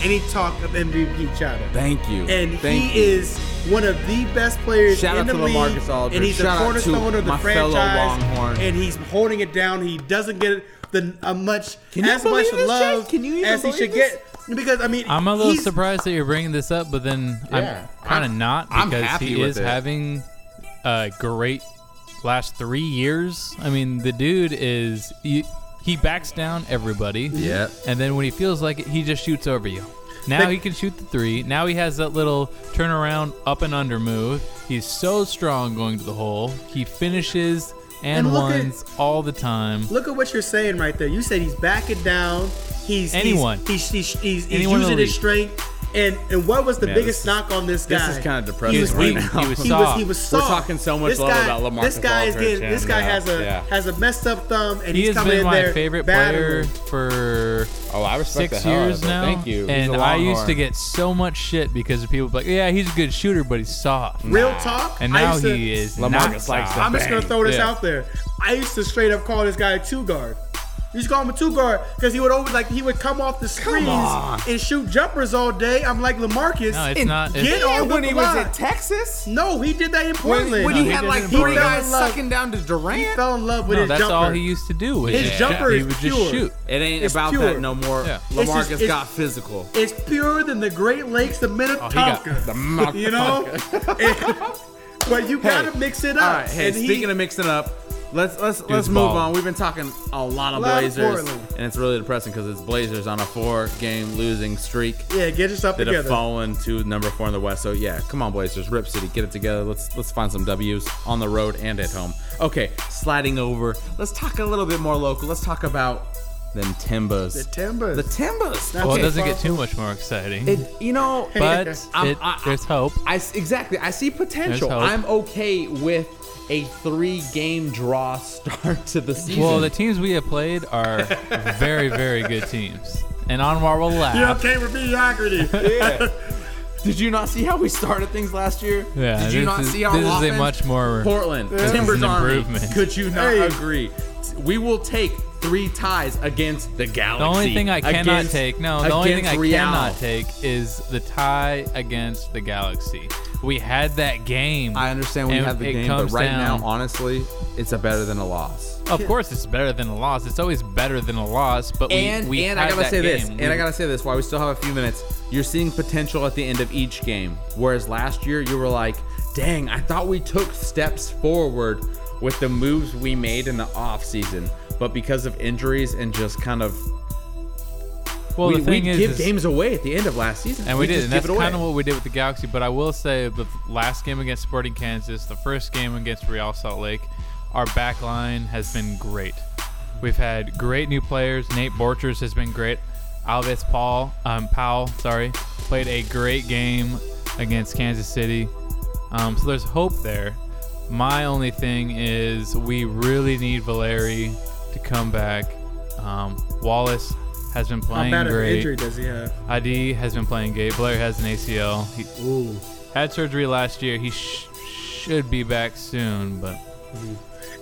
C: any talk of MVP chatter.
A: Thank you.
C: and
A: Thank
C: he
A: you.
C: is one of the best players
A: Shout
C: in
A: out
C: the
A: to
C: league,
A: LaMarcus Aldridge.
C: and he's
A: Shout out
C: the
A: to
C: cornerstone of the
A: my fellow
C: franchise,
A: Longhorn.
C: and he's holding it down. He doesn't get the a much
A: Can you
C: as much
A: believe this,
C: love
A: Jake? Can you even
C: as he
A: believe
C: should
A: this?
C: get because I mean
B: I'm a little
C: he's-
B: surprised that you're bringing this up, but then
A: Yeah.
B: I'm kind of not
A: I'm
B: because
A: happy
B: he
A: with
B: is
A: it.
B: having a great last three years. I mean, the dude is he, he backs down everybody.
A: Yep.
B: And then when he feels like it, he just shoots over you. Now
C: Like-
B: he can shoot the three. Now he has that little turnaround up and under move. He's so strong going to the hole. He finishes and,
C: And look at-
B: wins all the time.
C: Look at what you're saying right there. You said he's backing down. He's he's-
B: Anyone.
C: He's he's, he's, he's
B: Anyone in
C: using
B: the
C: his
B: league.
C: strength. And and what was the
A: Yeah,
C: biggest
A: this is-
C: knock on this guy?
A: this is kinda
C: He
A: depressing
C: was
A: right
C: weak.
A: now.
B: He was
C: He was,
B: soft.
C: he was
A: We're
C: soft.
A: talking so much
C: this
A: love
C: guy,
A: about Lamarcus
C: This guy is
A: Aldridge,
C: getting. this
A: and,
C: guy
A: uh,
C: has a
A: yeah.
C: has a messed up thumb, and
B: He
C: he's
B: has
C: coming
B: been
C: in
B: my
C: there
B: favorite player
C: battling.
B: for
A: Oh, I respect
B: six
A: the hell out
B: years
A: of it.
B: now.
A: Thank you. He's
B: And
A: a
B: I used
A: Longhorn.
B: to get so much shit because of people like, yeah, he's a good shooter, but he's soft.
C: Real talk.
B: And
C: I
B: now
C: used to-
B: he is
A: Lamarcus
B: not
A: Mm. likes
B: soft.
A: that.
C: I'm just gonna
A: Bang.
C: throw this
B: Yeah.
C: out there. I used to straight up call this guy a two guard. You just call him a two guard because he would always like he would come off the screens
A: on.
C: and shoot jumpers all day. I'm like Lamarcus.
B: No, it's
A: And
B: not.
C: get
B: It's,
C: off
A: Yeah,
C: on
A: when
C: the
A: he was
C: block.
A: in Texas,
C: No, he did that in Portland.
A: when, when
B: No,
A: he,
B: he
A: had
B: did
A: like
B: it in
A: three
B: Portland.
A: guys
C: He fell in love.
A: sucking down to Durant.
C: he fell in love with
B: no,
C: his
B: that's
C: jumper.
B: all he used to do. Was
C: His
B: just-
C: jumper
B: he
C: is
B: would just
C: pure.
B: shoot.
A: it ain't
C: It's
A: about
C: pure.
A: that no more.
B: Yeah.
C: It's
A: Lamarcus
C: just- it's-
A: got physical.
C: it's purer than the Great Lakes, the
B: Oh, got-
C: Minnetonka. *laughs*
A: the Minnetonka.
C: you know,
B: *laughs*
C: And- but you gotta mix it up.
A: All right. Hey,
C: And he-
A: speaking of mixing up, let's let's let's move
B: ball.
A: on. We've been talking a lot
C: A lot of
A: of Blazers,
C: Portland.
A: and it's really depressing because it's Blazers on a four-game losing streak.
C: yeah, get yourself
A: that have
C: together.
A: fallen to number four in the West. So yeah, come on, Blazers, Rip City, get it together. Let's let's find some W's on the road and at home. Okay, sliding over. Let's talk a little bit more local. Let's talk about them Timbers.
C: The Timbers.
A: The Timbers.
C: Well,
B: Well,
A: Okay.
B: it doesn't get too much more exciting.
A: It- you know,
B: but
A: I'm-
B: it,
A: I- I-
B: there's hope.
A: I s- exactly. I see potential.
B: There's hope.
A: I'm okay with a three-game draw start to the season.
B: Well, the teams we have played are very, very good teams. And Anwar will laugh.
C: You're okay with
B: *laughs*
C: mediocrity.
A: Yeah. Did you not see how we started things last year?
B: Yeah,
A: Did you
B: this
A: not
B: is-
A: see our
B: this is a
A: offense?
B: much more-
A: Portland
B: is
A: Timbers
B: an
A: Army.
B: improvement.
A: Could you not
C: Hey.
A: agree? We will take three ties against the Galaxy.
B: The only thing I cannot
A: against-
B: take, no, the only thing
A: against
B: I
A: Real.
B: cannot take is the tie against the Galaxy. We had that game.
A: I understand when you
B: and
A: have the
B: it
A: game, but
B: comes
A: right
B: down-
A: now, honestly, it's a better than a loss.
B: of course, it's better than a loss. It's always better than a loss. But we,
A: and
B: we
A: and
B: had
A: I gotta
B: that
A: say this,
B: game.
A: and
B: We-
A: I gotta say this, while we still have a few minutes, you're seeing potential at the end of each game. Whereas last year you were like, dang, I thought we took steps forward with the moves we made in the off season, but because of injuries and just kind of
B: well,
A: we,
B: the thing
A: we
B: is,
A: give
B: is-
A: games away at the end of last season.
B: And we, did,
A: just
B: and
A: give
B: that's
A: it away.
B: kind of what we did with the Galaxy. But I will say, the last game against Sporting Kansas, the first game against Real Salt Lake, our back line has been great. We've had great new players. Nate Borchers has been great. Alves Paul, um, Powell, sorry, played a great game against Kansas City. Um, so there's hope there. My only thing is we really need Valeri to come back. Um, Wallace has been
C: How
B: playing
C: bad of an
B: great.
C: injury does he have?
B: ID has been playing gay. Blair has an ACL. He
C: Ooh.
B: had surgery last year. He sh- should be back soon, but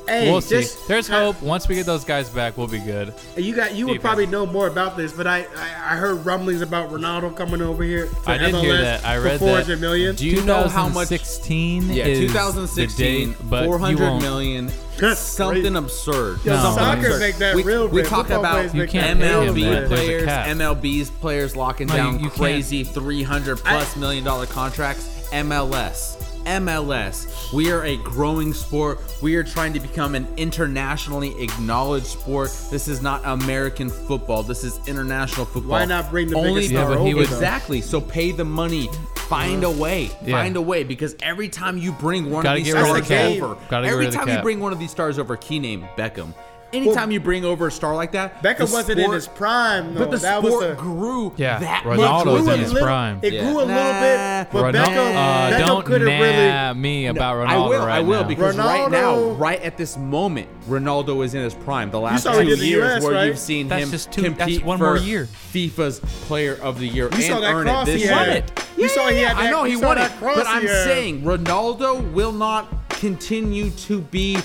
C: Hey,
B: we'll see.
C: just-
B: There's
C: I-
B: hope. Once we get those guys back, we'll be good.
C: you got. You would
B: Defense.
C: probably know more about this, but I, I I heard rumblings about Ronaldo coming over here. To
B: I did hear
C: MLS
B: that. I
C: for
B: read that.
C: 400 million.
A: Do you know how much?
B: 2016
A: Yeah,
B: is
A: 2016,
B: the date, but you
A: 400
B: won't-
A: million,
C: That's
A: something
C: crazy.
A: absurd.
C: Yo,
B: No.
C: soccer
A: absurd.
C: make that
A: we,
C: real.
A: We
C: rich.
A: talk
C: Football
A: about
C: players
B: You
C: make
B: can't
C: that real
B: pay him
C: rich.
A: MLB
B: that. There's a
A: players,
B: cap.
A: MLB's players locking
B: No,
A: down
B: you- you can't.
A: crazy 300 plus million dollar contracts. MLS, MLS. We are a growing sport. We are trying to become an internationally acknowledged sport. This is not American football. This is international football.
C: Why not bring the
A: Only
C: biggest star
B: Yeah, but he
C: over,
B: was-
C: though?
A: Exactly. So pay the money. Find a way.
B: Yeah.
A: Find a way because every time you bring one
B: Gotta
A: of these
B: get rid
C: of the
A: stars
C: cap.
A: over,
B: Gotta get
A: every
B: rid of the
A: time you
B: cap.
A: bring one of these stars over, key name Beckham. Anytime you bring over a star like that,
C: Beckham
A: the
C: wasn't in
A: sport-
C: his prime. Though.
A: But the
C: that
A: sport
C: was the,
A: grew
B: Yeah,
A: that much.
B: Ronaldo's
C: grew
B: in
C: a
B: his
C: little-
B: prime.
C: It
A: Yeah.
C: grew a little bit,
A: Nah.
C: but
B: Ronal-
C: Beckham,
B: uh,
C: Beckham
B: don't
C: couldn't really.
B: nah me about Ronaldo
A: I will.
B: right
A: I will
B: now.
A: because right now,
C: Ronaldo-
A: right at this moment, Ronaldo is in his prime. The last
C: saw what he
A: two
C: did in the
A: years
C: US,
A: where
C: right?
A: you've seen
B: That's
A: him
B: just two- that's
A: compete
B: one
A: for
B: more year.
A: FIFA's Player of the Year
C: You
A: and
C: saw that
A: earn
C: cross
A: it this
C: he
A: year.
C: had.
A: Won it.
C: You saw he had
A: I
C: that-
A: know he
C: you saw
A: won it,
C: that cross
A: but I'm
C: he had.
A: saying Ronaldo will not continue to be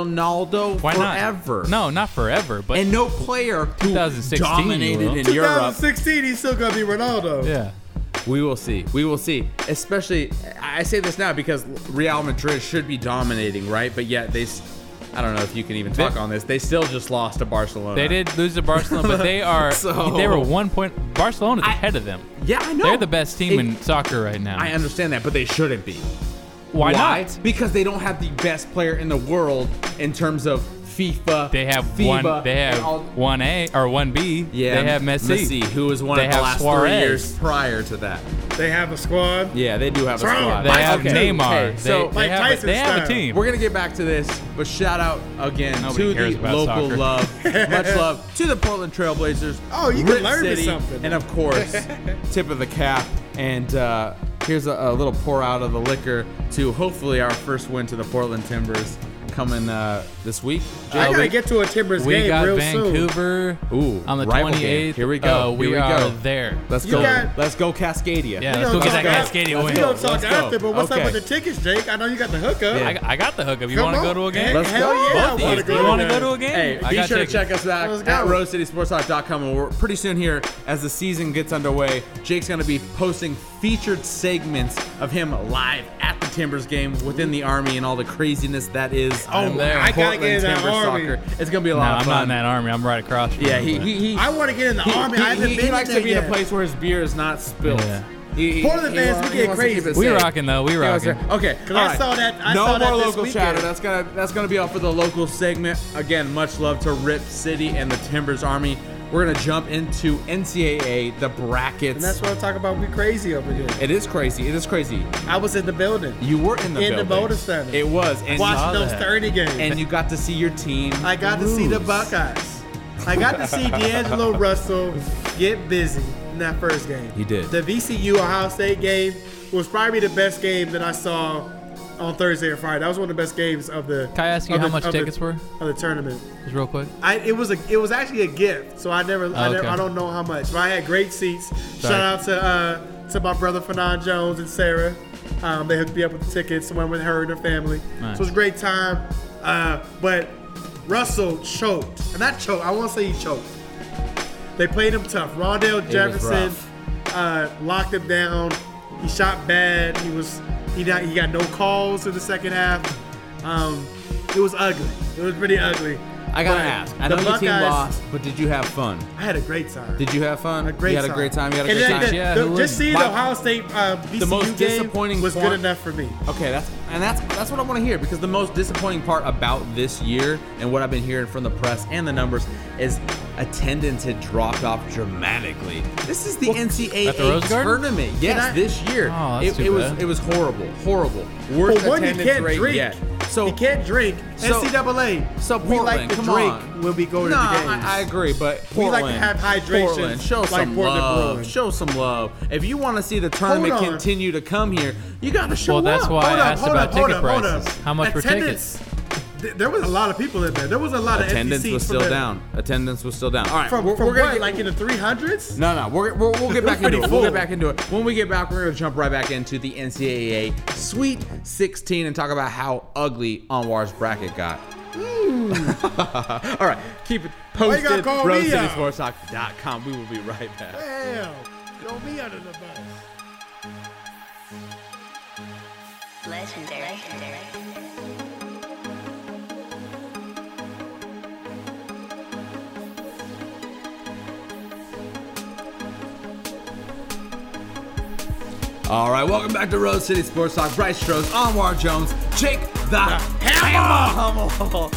A: Ronaldo
B: Why not?
A: forever.
B: No, not forever. But
A: and no player who
B: 2016 you
A: dominated
B: will.
A: in Europe
C: 2016, he's still gonna be Ronaldo.
B: yeah,
A: We will see. We will see. Especially, I I say this now because Real Madrid should be dominating, right? But yet they, s- I don't know if you can even talk
B: They-
A: on this. They still just lost to Barcelona.
B: they did lose to Barcelona,
A: *laughs*
B: but they are
A: So-
B: they were one point. Barcelona's ahead of them.
A: Yeah, I know.
B: They're the best team
A: It-
B: in soccer right now.
A: I understand that, but they shouldn't be.
B: Why,
A: Why?
B: not?
A: Because they don't have the best player in the world in terms of FIFA.
B: They have
A: FIBA,
B: one. They
A: and
B: have
A: all-
B: one A or one B.
A: Yeah,
B: they have Messi.
A: Messi, who was one
B: They
A: of the
B: have
A: last
B: Suarez.
A: three years prior to that.
C: They have a squad.
A: Yeah, they do have a
C: Throw it.
A: squad.
B: They
C: Mike
B: have
C: Tyson.
B: Neymar.
A: Okay,
B: They,
A: so-
B: they
C: Mike
B: have, a-
C: Tyson
B: they have a
C: style.
B: team.
A: We're gonna get back to this, but shout out again
B: Nobody
A: to
B: cares
A: the
B: about
A: local
B: soccer. *laughs*
A: love, much love to the Portland Trailblazers.
C: Oh, you can
A: Rip
C: learn me
A: City,
C: something.
A: And of course,
C: *laughs*
A: tip of the cap. And uh, here's a, a little pour out of the liquor to hopefully our first win to the Portland Timbers coming uh, this week.
C: I gotta
B: we-
C: get to a Timbers
B: we
C: game
B: got
C: real soon.
B: Vancouver
A: Ooh,
B: on the
A: rival game.
B: 28th.
A: Here we go.
B: Uh, we,
A: Here we
B: are
A: go.
B: there.
A: Let's
C: You
A: go.
C: got-
A: let's go Cascadia.
B: Yeah.
C: We
B: Let's
C: don't
B: go get
C: talk
B: that
C: after-
B: Cascadia
C: We
B: win.
C: don't talk
A: Let's go.
C: after, but what's
A: Okay.
C: up with the tickets, Jake? I know you got the hookup.
A: Yeah.
B: I, I got the hookup. You
C: Come
B: want to
C: on.
B: go to a game?
A: Let's
C: Hell
A: go.
C: yeah,
B: Both
C: I wanna
B: these.
C: go
B: You want to
C: there.
B: go to a game?
A: Hey,
B: I
A: be
B: got
A: sure to
B: tickets.
A: check us out
C: Let's go.
A: at RoseCitySportsTalk.com. And we're pretty soon here as the season gets underway. Jake's going to be posting featured segments of him live at the Timbers game within the Army and all the craziness that is.
B: I'm
A: on
B: there. Oh, I gotta
A: Portland
C: get in that
A: Timbers
C: Army.
A: soccer. It's going to be a
B: No,
A: lot of
B: I'm
A: fun.
B: not in that army. I'm right across. From
A: Yeah,
B: you,
A: he
B: but-
A: he, he
C: I want to get in the
A: he-
C: army.
A: he-
C: I haven't
A: he- he
C: been
A: likes
C: there
A: to be
C: yet.
A: in a place where his beer is not spilled.
B: Yeah.
A: He- he-
C: Portland
A: he
C: fans,
A: wants-
C: we
A: he
C: get
A: wants to keep
C: crazy.
A: it
B: we
A: safe.
B: rocking though. We
A: Yeah, that's
B: rocking.
A: right. Okay,
C: 'Cause I
A: all right.
C: saw that- I
A: no
C: saw that
A: more
C: this
A: local
C: weekend.
A: chatter. That's gonna that's gonna be all for the local segment. Again, much love to Rip City and the Timbers Army. We're gonna jump into NCAA the brackets.
C: And that's what I'm talking about. We crazy over here.
A: it is crazy. It is crazy.
C: I was in the building.
A: You were in the
C: In the
A: building.
C: Motor Center.
A: It was and
B: saw
C: watching those
B: that.
C: 30 games.
A: and you got to see your team.
C: I got to see the
A: lose.
C: Buckeyes. I got to see
A: *laughs*
C: D'Angelo Russell get busy in that first game.
A: He did.
C: The VCU Ohio State game was probably the best game that I saw on Thursday or Friday. That was one of the best games of the.
B: Can I ask you
C: of
B: how
C: the-
B: much
C: of the-
B: tickets were?
C: of the tournament?
B: Just real quick.
C: I, it was a it was actually a gift, so I never, I,
B: Oh,
C: never
B: okay.
C: I don't know how much, but I had great seats.
B: Sorry.
C: Shout out to uh, to my brother Fanon Jones and Sarah. Um, they hooked me up with the tickets. Went with her and her family,
B: Nice.
C: so it was a great time. Uh, but Russell choked. And not choked, I won't say he choked. They played him tough. Rondell Jefferson
A: rough.
C: uh, locked him down. He shot bad. He was he not, he got no calls in the second half. Um, it was ugly. It was pretty ugly.
A: I gotta
C: But
A: ask. I
C: the
A: know your team
C: Buckeyes-
A: lost, but did you have fun?
C: I had a great time.
A: Did you have fun?
C: a great
A: you had
C: time.
A: a great time. You had a
C: and
A: great
C: then
A: time.
C: the-
B: Yeah,
C: the-
B: who
C: just
B: wouldn't?
C: seeing
A: My-
C: the Ohio State uh, VCU
A: most
C: game
A: disappointing
C: was
A: part-
C: good enough for me.
A: Okay, that's and that's that's what I want to hear because the most disappointing part about this year and what I've been hearing from the press and the numbers is attendance had dropped off dramatically. This is the NCAA
B: At the Rose Garden?
A: tournament. Yes,
C: I-
A: this year.
B: Oh, that's
A: it,
B: too
A: it was
B: bad.
A: it was horrible, horrible. Worst
C: For one, you
A: attendance
C: can't
A: rate
C: drink.
A: yet. So
C: you can't drink.
A: So-
C: NCAA.
A: so
C: we like
A: Portland,
C: to
A: come
C: drink
A: on.
C: when we go to
A: Nah,
C: the games.
A: I, I agree, but
C: We
A: Portland,
C: like to have hydration
A: Portland, show
C: like
A: some
C: Portland
A: love.
C: Bruins.
A: Show some love. If you want to see the tournament
C: on.
A: continue to come here, you got to show
B: Well, that's
A: up.
B: why- I
C: hold up,
B: asked
C: hold
B: about
C: up, hold
B: ticket
C: up, hold up.
B: prices. How much were
C: Attendance- th- There was a lot of people in there. There was a lot
A: attendance
C: of NCCs
A: was
C: from
A: still
C: the-
A: down. Attendance was still down. All right,
C: From,
A: we're,
C: from
A: we're gonna
C: what,
A: get-
C: like in the 300s?
A: No, no, we're, we're, we'll get back into
C: Pretty
A: it. We'll
C: full.
A: get back into it. When we get back, we're going to jump right back into the NCAA Sweet 16 and talk about how ugly Anwar's bracket got. Hmm. *laughs* All right, keep it
C: Why you gotta
A: posted.
C: call me out?
A: RoseCitySportsTalk.com. We will be right back.
C: Damn, throw me under the bus.
D: Legendary. Legendary.
A: All right, welcome back to Rose City Sports Talk. Bryce Strose, Anwar Jones, Jake the Hammer. Hummel.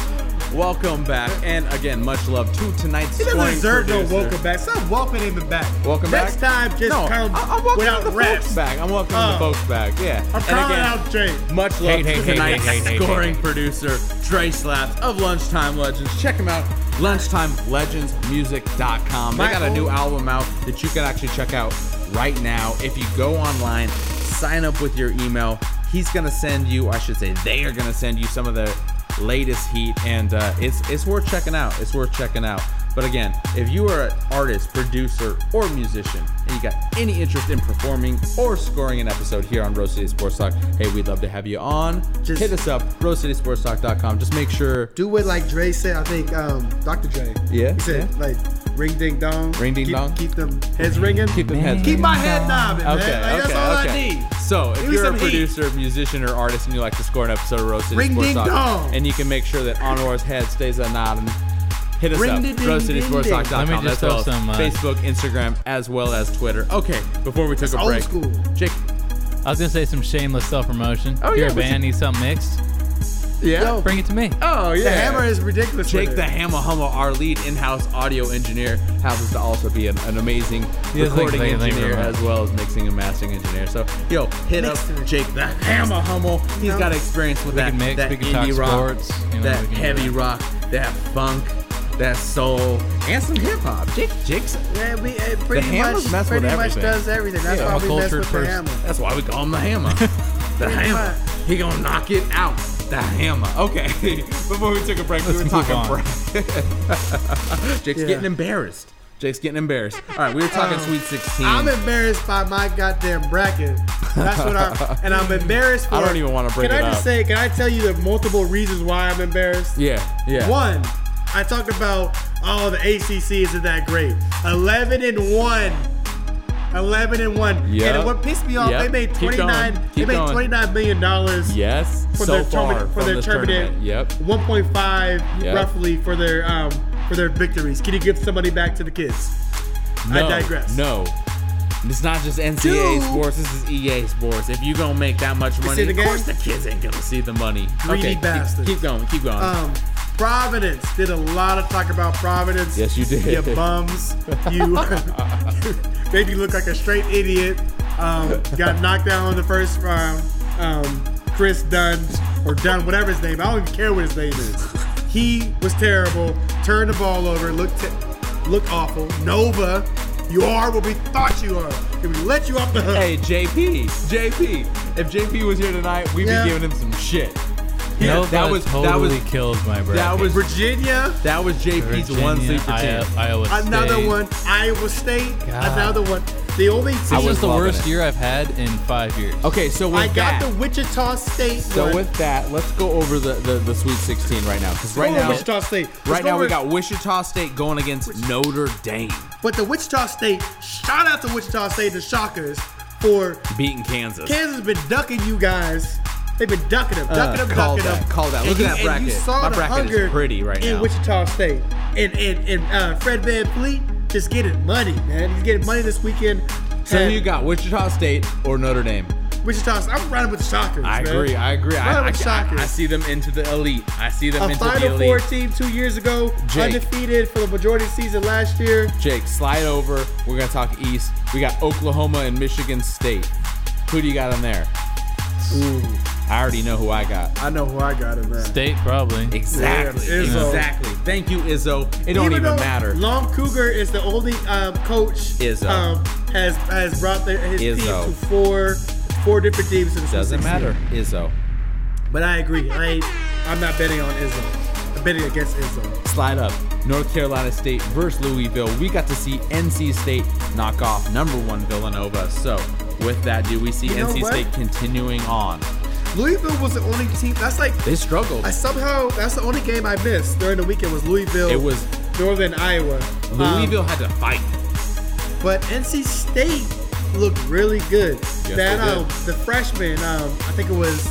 A: Welcome back, and again, much love to tonight's
C: He doesn't
A: scoring
C: deserve no
A: producer.
C: welcome back. Stop welcoming him back.
A: Welcome
C: Next
A: back.
C: time, just
A: no,
C: come
A: I- I'm welcoming
C: without
A: the folks
C: reps.
A: back. I'm welcoming
C: Oh.
A: the folks back. Yeah.
C: I'm
A: and
C: calling
A: again,
C: out Jake.
A: much love
B: Hey, hey,
A: to
B: hey,
A: tonight's
B: hey, hey, hey, hey,
A: scoring
B: hey.
A: producer, Dre Slaps of Lunchtime Legends. Check him out, lunchtimelegendsmusic.com. They got a
C: Michael.
A: new album out that you can actually check out right now. If you go online, sign up with your email. He's gonna send you, I should say, they are gonna send you some of their latest heat, and uh, it's it's worth checking out. It's worth checking out. But again, if you are an artist, producer, or musician, and you got any interest in performing or scoring an episode here on Rose City Sports Talk, hey, we'd love to have you on.
C: Just-
A: Hit us up, rosecitysportstalk.com. Just make sure
C: Do what like Dre said. I think um, Dr. Dre.
A: Yeah,
C: He said
A: yeah.
C: like ring ding dong.
A: Ring ding
C: keep,
A: dong.
C: Keep them heads ringing.
A: keep the heads.
C: Keep my head nodding,
A: Okay,
C: man. Like,
A: okay,
C: that's all
A: okay.
C: I need.
A: So, if
C: Give me
A: you're a
C: some heat.
A: producer, musician, or artist, and you like to score an episode of Rose City
C: Ring
A: Sports
C: ding
A: Talk,
C: dong.
A: and you can make sure that Honor's head stays a nodding, hit us
C: Ring
A: up.
C: ding ding
A: RoseCitySportsTalk.com.
B: ding. Let me
A: That's
B: just
A: well as
B: throw some, uh,
A: Facebook, Instagram, as well as Twitter. Okay, before we took a
C: old
A: break,
C: school.
A: Jake.
B: I was gonna say some shameless self-promotion.
A: Oh,
B: if you're
A: yeah,
B: a
A: but
B: band, need something mixed,
A: Yeah.
B: bring it to me.
A: Oh yeah.
C: The hammer is ridiculous. with
A: Jake
C: it.
A: the Hammer Hummer, our lead in-house audio engineer, happens to also be an, an amazing
B: Yeah, thanks,
A: recording
B: thank you, thank you
A: engineer
B: very much.
A: as well as mixing and mastering engineer. So, yo, hit
C: Mixer.
A: up Jake the Hammer Hummel. He's
C: No.
A: got experience with
B: We
A: that,
B: can mix,
A: that
B: we can talk
A: indie rock,
B: sports, you know,
A: that
B: we can do
A: heavy
B: that.
A: rock, that funk, that soul, and some hip hop. Jake, Jake's.
C: Yeah, we it pretty
A: hammers
C: much
A: mess
C: pretty
A: with
C: much
A: everything.
C: does everything. That's
A: Yeah,
C: why
B: I'm a
C: we mess
B: cultured
C: with the
B: person.
C: hammer.
A: That's why we call him the
C: *laughs*
A: Hammer. the
C: Pretty
A: Hammer.
C: much.
A: He gonna knock it out. The Hammer. Okay. *laughs* Before we took a break, we
B: Let's
A: were talking.
B: move on.
A: bra- *laughs* Jake's
C: Yeah.
A: getting embarrassed. Jake's getting embarrassed. All right, we were talking Sweet 16.
C: I'm embarrassed by my goddamn bracket. That's what
A: *laughs*
C: I and I'm embarrassed for.
A: I don't even wanna bring
C: Can
A: it
C: I just
A: up.
C: say? Can I tell you the multiple reasons why I'm embarrassed?
A: yeah, yeah.
C: One, I talked about oh the ACC isn't that great. Eleven and one. Eleven and one.
A: Yep.
C: And what pissed me off,
A: Yep.
C: they made
A: Keep
C: twenty nine.
A: going.
C: They
A: Keep
C: made
A: going.
C: twenty nine million dollars.
A: Yes.
C: for
A: so
C: their
A: far
C: tournament, for
A: from
C: their
A: this
C: tournament.
A: tournament. Yep.
C: 1.5
A: Yep.
C: roughly for their um for their victories. Can you give somebody back to the kids?
A: No,
C: I digress.
A: No. It's not just NCAA
C: Two.
A: sports. This is EA sports. If you gonna make that much money,
C: see the
A: of course the
C: game?
A: kids ain't gonna see the money.
C: Greedy
A: okay, keep-
C: bastards.
A: Keep, going. Keep going.
C: Um, Providence did a lot of talk about Providence.
A: Yes, you did.
C: You
A: *laughs*
C: bums. You *laughs* made me look like a straight idiot. Um, got knocked out in the first round. Um, Chris Dunn or Dunn, whatever his name. I don't even care what his name is. He was terrible. Turned the ball over. Looked te- looked awful. Nova, you are what we thought you are. And we let you off the hook.
A: hey, JP. JP. If JP was here tonight, we'd
C: Yeah.
A: be giving him some shit.
B: Nova
A: that was-
B: totally
A: that was-
B: killed my bracket.
A: That was
C: Virginia.
A: that was JP's one
B: Virginia,
A: sleeper team.
B: Iowa, Iowa
C: Another
B: State.
C: one, Iowa State.
B: God.
C: Another one. The only team.
B: This
A: was
B: is the
A: loving
B: worst
A: it.
B: year I've had in five years.
A: Okay, so with
C: I got
A: that,
C: the Wichita State.
A: so
C: one.
A: with that, let's go over the the, the Sweet 16 right now because right
C: Go with
A: now
C: Wichita State. Let's
A: right
C: go
A: now we
C: with-
A: got Wichita State going against Notre Dame,
C: But the Wichita State, shout out to Wichita State, the Shockers, for
A: beating Kansas.
C: Kansas has been ducking you guys. They've been ducking them,
A: Uh,
C: ducking them,
A: call
C: ducking
A: that,
C: them.
A: call that.
C: And
A: Look
C: you-
A: at that
C: And you
A: bracket.
C: saw
A: My
C: the
A: bracket is
C: hunger
A: pretty right
C: in
A: now.
C: Wichita State. And and and uh, Fred Van Fleet just getting money, man. He's getting money this weekend.
A: So
C: And
A: who you got, Wichita State or Notre Dame?
C: Wichita State. I'm riding with the Shockers.
A: I
C: man.
A: agree. I agree. I,
C: Right
A: I,
C: with Shockers.
A: I see them into the elite. I see them
C: A
A: into the
C: Final
A: elite.
C: Four team two years ago,
A: Jake.
C: undefeated for the majority of the season last year.
A: Jake, slide over. We're gonna talk East. We got Oklahoma and Michigan State. Who do you got on there?
C: Ooh,
A: I already know who I got.
C: I know who I got in that.
B: State probably.
A: Exactly.
C: Yeah, Izzo.
A: Exactly. Thank you, Izzo. It don't even
C: though
A: matter.
C: Long Cougar is the only um, coach
A: Izzo.
C: Um, has has brought their, his
A: Izzo.
C: team to four four different teams. In the
A: Doesn't
C: 16.
A: matter. Izzo.
C: But I agree. I ain't, I'm not betting on Izzo. I'm betting against Izzo.
A: Slide up. North Carolina State versus Louisville. We got to see NC State knock off number one Villanova. So with that, do we see
C: know
A: NC
C: what?
A: State continuing on?
C: Louisville was the only team. That's like
A: They struggled.
C: I somehow that's the only game I missed during the weekend was Louisville.
A: It was-
C: Northern Iowa. Um,
A: Louisville had to fight.
C: But NC State looked really good.
A: Yes,
C: that
A: they did.
C: um, the freshman, um, I think it was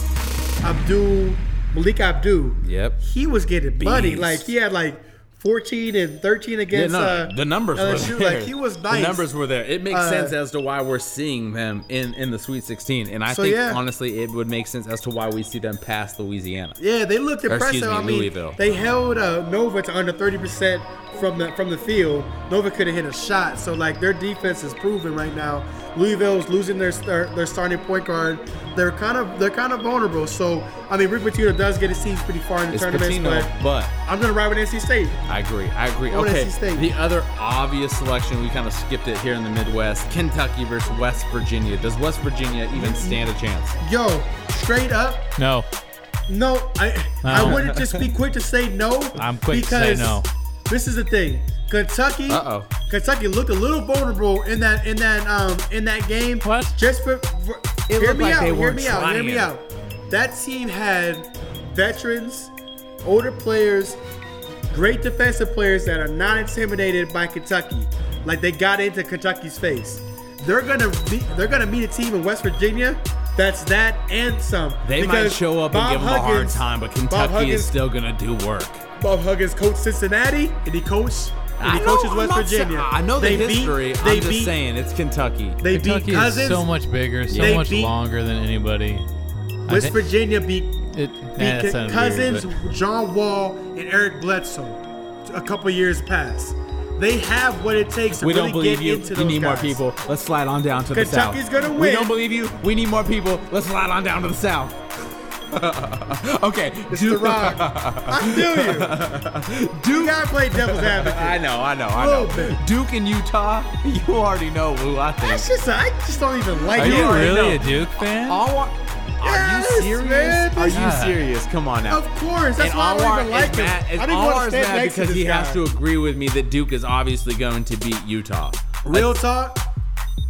C: Abdul Malik Abdul.
A: Yep.
C: He was getting money.
A: Beast.
C: Like he had like 14 and 13 against.
A: Yeah, no,
C: uh,
A: the numbers were
C: LSU.
A: *laughs* there.
C: Like he was nice.
A: The numbers were there. It makes
C: Uh,
A: sense as to why we're seeing them in in the Sweet 16, and I
C: So,
A: think
C: yeah.
A: honestly it would make sense as to why we see them pass Louisiana.
C: Yeah, they looked
A: excuse
C: impressive.
A: me,
C: I mean,
A: Louisville.
C: they held uh, Nova to under 30% from the from the field. Nova could have hit a shot. So like their defense is proven right now. Louisville's losing their their, their starting point guard. They're kind of they're kind of vulnerable. So I mean, Rick Pitino does get his teams pretty far in the
A: It's
C: tournament,
A: Patino,
C: but
A: but
C: I'm gonna ride with NC State.
A: I agree. I agree.
C: What
A: okay.
C: NC State?
A: The other obvious selection, we kind of skipped it here in the Midwest Kentucky versus West Virginia. Does West Virginia even
C: Mm-hmm.
A: stand a chance?
C: Yo, straight up,
B: No,
C: no. I I
B: No.
C: wouldn't just be quick to say no.
B: Uh-huh. *laughs* I'm quick to say
C: because
B: no.
C: This is the thing. Kentucky.
A: Uh-oh.
C: Kentucky looked a little vulnerable in that in that um in that game.
B: What?
C: Just for, for
A: It
C: hear
A: looked
C: me
A: like
C: out.
A: they
C: Hear
A: weren't
C: me out. Hear me
A: trying.
C: out. That team had veterans, older players, great defensive players that are not intimidated by Kentucky. Like they got into Kentucky's face. They're gonna be, they're gonna meet a team in West Virginia. That's that and some.
A: They might
C: Because
A: show up
C: Bob
A: and give them a hard
C: Huggins-
A: time, but
C: Bob
A: Kentucky
C: Huggins,
A: is still going to do work.
C: Bob Huggins coached Cincinnati, and he coached. And
A: I
C: he
A: know,
C: coaches
A: I'm
C: West
A: not saying-
C: Virginia.
A: I know the
C: they
A: history.
C: Beat, they
A: I'm just
C: beat,
A: saying it's Kentucky.
C: They
B: Kentucky
C: beat Cousins.
B: is so much bigger, so
C: They
B: much
C: beat-
B: longer than anybody. I
C: West
B: thi-
C: Virginia beat, beat
B: It, nah, that sounded
C: Cousins,
B: Weird,
C: John Wall, and Eric Bledsoe. A couple years past, they have what it takes to
A: We
C: really
A: don't believe
C: get
A: you.
C: into
A: You
C: those
A: need more
C: guys.
A: people. Let's slide on down to the south.
C: Kentucky's gonna
A: We
C: win.
A: don't believe you. We need more people. Let's slide on down to the south. *laughs* okay.
C: It's
A: do-
C: the rock. I feel you. Do you gotta play devil's advocate.
A: *laughs* I *laughs* know, I know, I
C: Little
A: know.
C: bit.
A: Duke and Utah, *laughs* you already know who I think.
C: That's just I just don't even like
A: Are
C: it.
B: But.
A: You
B: Are you
A: already
B: really a
A: know.
B: Duke fan?
A: All wa-
C: Yes,
A: are you serious?
C: man,
A: Are
C: this-
A: you serious? Come on now.
C: Of course, that's why I
A: Anwar
C: don't even
A: is
C: like him.
A: mad-
C: I don't even
A: Anwar
C: want to
A: is
C: stand
A: mad
C: next to
A: because
C: this
A: he
C: guy.
A: has to agree with me that Duke is obviously going to beat Utah.
C: Real
A: Like,
C: talk,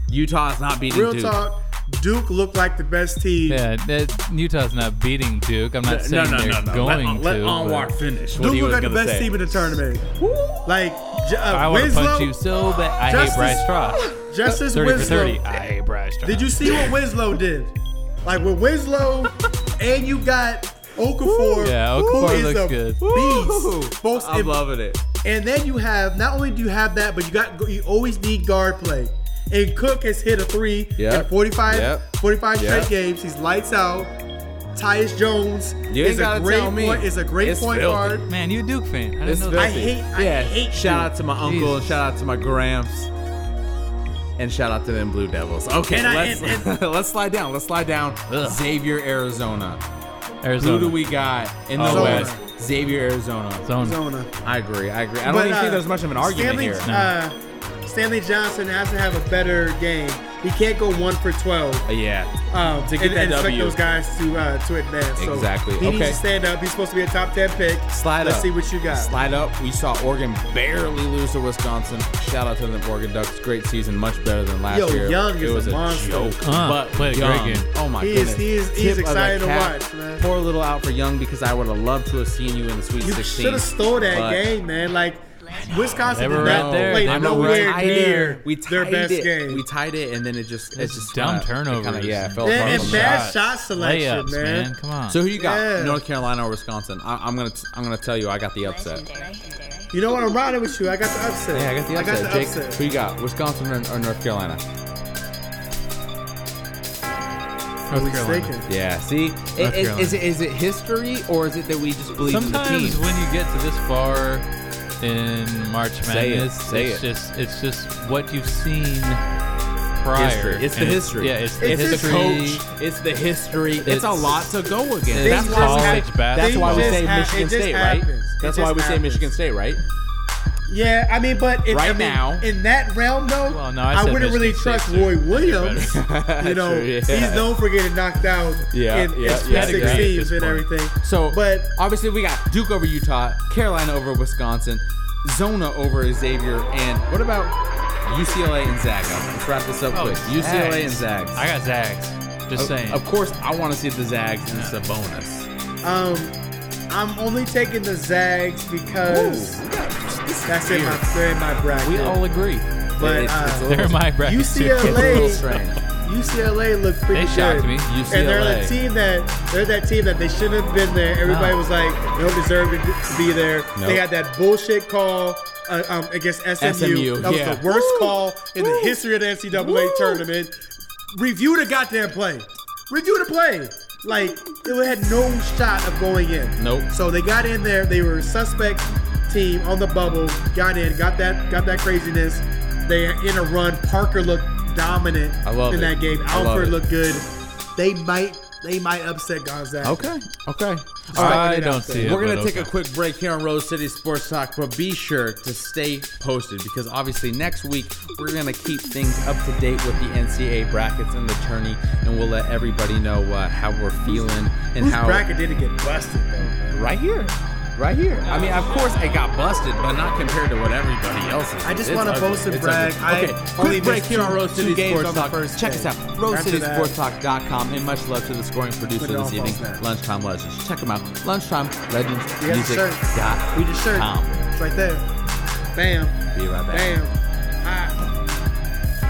A: Utah is not beating
C: real
A: Duke.
C: talk. Duke looked like the best team.
B: Yeah, that, Utah's not beating Duke. I'm not saying they're going
A: let, let
B: to. but
A: Anwar finish. What
C: Duke
A: he
C: looked
A: was
C: like the
A: gonna
C: best
A: say.
C: team in the tournament. Like J- uh,
B: I want to
C: Winslow,
B: punch you so bad. I
C: Justice-
B: hate Bryce Frost.
C: Justice
B: 30 for Ah,
C: Winslow.
B: 30. I hate Bryce Frost.
C: Did you see what Winslow did? Like with Winslow, and you got Okafor.
B: Yeah,
C: who
B: Okafor
C: is
B: looks
C: a
B: good.
A: Ooh.
C: Beast. Most
A: I'm
C: im-
A: loving it.
C: And then you have not only do you have that, but you got you always need guard play. And Cook has hit a three
A: Yep.
C: in 45,
A: Yep.
C: 45 straight
A: Yep.
C: games. He's lights out. Tyus Jones
A: You ain't
C: is a
A: gotta
C: great
A: tell me.
C: point is a great
A: It's
C: point
A: filthy.
C: guard.
B: Man, you a Duke fan. I didn't
A: It's
B: know
A: filthy.
B: that.
C: I hate- I
A: yeah.
C: hate
A: Shout
C: Duke.
A: out to my uncle.
B: Jesus.
A: Shout out to my gramps. And shout out to them Blue Devils. Okay,
C: And I-
A: let's
C: and-
A: *laughs* let's slide down. Let's slide down.
B: Ugh.
A: Xavier, Arizona.
B: Arizona.
A: Who do we got in the
C: Oh,
B: Arizona.
A: West? Xavier, Arizona.
B: Zone.
C: Zona.
A: I agree. I agree. I don't
C: But,
A: even
C: uh,
A: think there's much of an argument
C: Stanley,
A: here.
C: Uh, Stanley Johnson has to have a better game. He can't go one for twelve.
A: Uh, yeah.
C: Um,
A: To get
C: and,
A: that
C: and expect
A: W.
C: those guys to uh, to advance. So
A: Exactly.
C: He needs
A: Okay.
C: to stand up. He's supposed to be a top ten pick.
A: Slide
C: Let's
A: up.
C: see what you got.
A: Slide up. We saw Oregon barely lose to Wisconsin. Shout out to the Oregon Ducks. Great season, much better than last
C: Yo,
A: year.
C: Young
A: it
C: is
A: was
C: a monster.
A: joke.
B: Uh,
A: but
B: played a great
A: Young,
B: game.
A: oh my
C: He is-
A: goodness,
C: he is- he is
A: Tip of the
C: exciting to
A: cap.
C: watch, man.
A: Poor little out for Young because I would have loved to have seen you in the Sweet
C: You
A: 16.
C: should have stole that
A: but-
C: game, man. Like Wisconsin
B: They
C: did
B: were
C: not
B: right there.
C: play
B: They were
C: nowhere
A: right
C: near
A: We
C: their
A: tied
C: best
A: it.
C: game.
A: We tied it, and then it just it's
B: Just
A: just
B: dumb
A: kinda- it
B: turnovers
A: kinda- yeah, it
B: and-
A: fell
C: and
A: apart
C: and
A: on the
C: bad
A: shots.
C: shot selection,
B: Layups,
C: man.
B: man. Come on.
A: So who you got?
C: Yeah.
A: North Carolina or Wisconsin? I, I'm gonna t- I'm gonna tell you I got the upset.
D: Legendary. Legendary.
C: You know what? I'm riding with you. I got the upset.
A: Yeah, I got the upset. Jake, who you got? Wisconsin or, or North Carolina?
C: I
B: North
C: was
B: Carolina.
C: thinking.
A: Yeah. See, I-
B: North
A: is,
B: Carolina.
A: is, it, is it history or is it that we just believe in the
B: Sometimes
A: team?
B: when you get to this far in March
A: Say it,
B: Madness,
A: say
B: it's
A: it.
B: just it's just what you've seen prior.
A: History. It's the
B: And
A: history.
B: yeah, it's the
A: it's
B: history.
A: the coach. It's the history. It's, a
B: It's-
A: lot to go against.
B: Things
A: That's
B: just
A: why,
B: college
C: hap-
B: basketball.
A: that's why we
C: things
A: say
C: just hap-
A: Michigan
C: it just
A: State, right?
C: happens. It
A: That's
C: just
A: why we say
C: happens.
A: Michigan State, right?
C: Yeah, I mean, but in,
A: Right
C: I mean,
A: now-
C: in that realm, though,
B: Well, no, I said
C: wouldn't really
B: Michigan
C: trust
B: State, too.
C: Roy
A: *laughs*
C: Williams.
A: better.
C: you know,
A: True, yeah.
C: he's known for getting knocked out
A: Yeah,
C: in, in
A: yeah,
C: Sweet
A: yeah, I agree at
C: 16s
B: this
C: and
B: point.
C: everything.
A: So,
C: but
A: obviously we got Duke over Utah, Carolina over Wisconsin, Zona over Xavier, and what about UCLA and Zag? Let's wrap this up
B: Oh,
A: quick.
B: Zags.
A: UCLA and Zags.
B: I got Zags. Just
A: Of-
B: saying.
A: Of course, I want to see the Zags and Sabonis.
C: um, I'm only taking the Zags because that's in my, they're in my bracket.
B: we all agree.
C: but
A: It's- it's a
C: uh,
A: little-
B: They're in my *laughs* bracket. too.
A: it's a
B: *laughs*
A: little
C: UCLA,
A: strange.
C: UCLA looked pretty
B: They shocked
C: good.
B: me.
C: And they're the
A: UCLA.
C: team that they're that team that they shouldn't have been there. Everybody
B: No.
C: was like, they don't deserve to be- to be there.
A: Nope.
C: They had that bullshit call uh, um, against SMU.
A: SMU,
C: That was
A: yeah.
C: the worst
A: Woo!
C: call in
A: Woo!
C: the history of the NCAA
A: Woo!
C: tournament. Review the goddamn play. Review the play. Like it had no shot of going in.
A: Nope.
C: So they got in there. They were a suspect team on the bubble. Got in. Got that. Got that craziness. They are in a run. Parker looked dominant
A: I love
C: in
A: it.
C: that game.
A: I love
C: Alfred
A: it.
C: looked good. They might they might upset Gonzaga.
A: Okay. Okay. All right.
B: I
C: it out
B: don't
C: there.
B: see it.
A: We're going
B: but
A: to take a
B: okay.
A: quick break here on Rose City Sports Talk, but be sure to stay posted because obviously next week we're going to keep things up to date with the NCAA brackets and the tourney, and we'll let everybody know uh, how we're feeling and
C: Whose
A: how.
C: bracket didn't get busted though? man?
A: Right here. Right here. I mean, of course it got busted, but not compared to what everybody else is.
C: I just
A: It's
C: wanna
A: ugly.
C: boast and
A: It's
C: brag.
A: ugly.
C: I
A: Okay,
C: only
A: quick break
C: missed
A: here on
C: two-
A: Rose
C: two
A: City
C: games
A: Sports
C: on the
A: Talk.
C: first
A: Check
C: day.
A: us out, rosecitysportstalk.com, and much love to the scoring
C: Put
A: producer
C: it
A: this
C: on
A: evening,
C: false net.
A: Lunchtime Legends. Check them out,
C: We got the shirt. We just shirt.
A: lunchtimelegends.music.com.
C: It's right there. Bam.
A: Be right back.
C: Bam. Ah.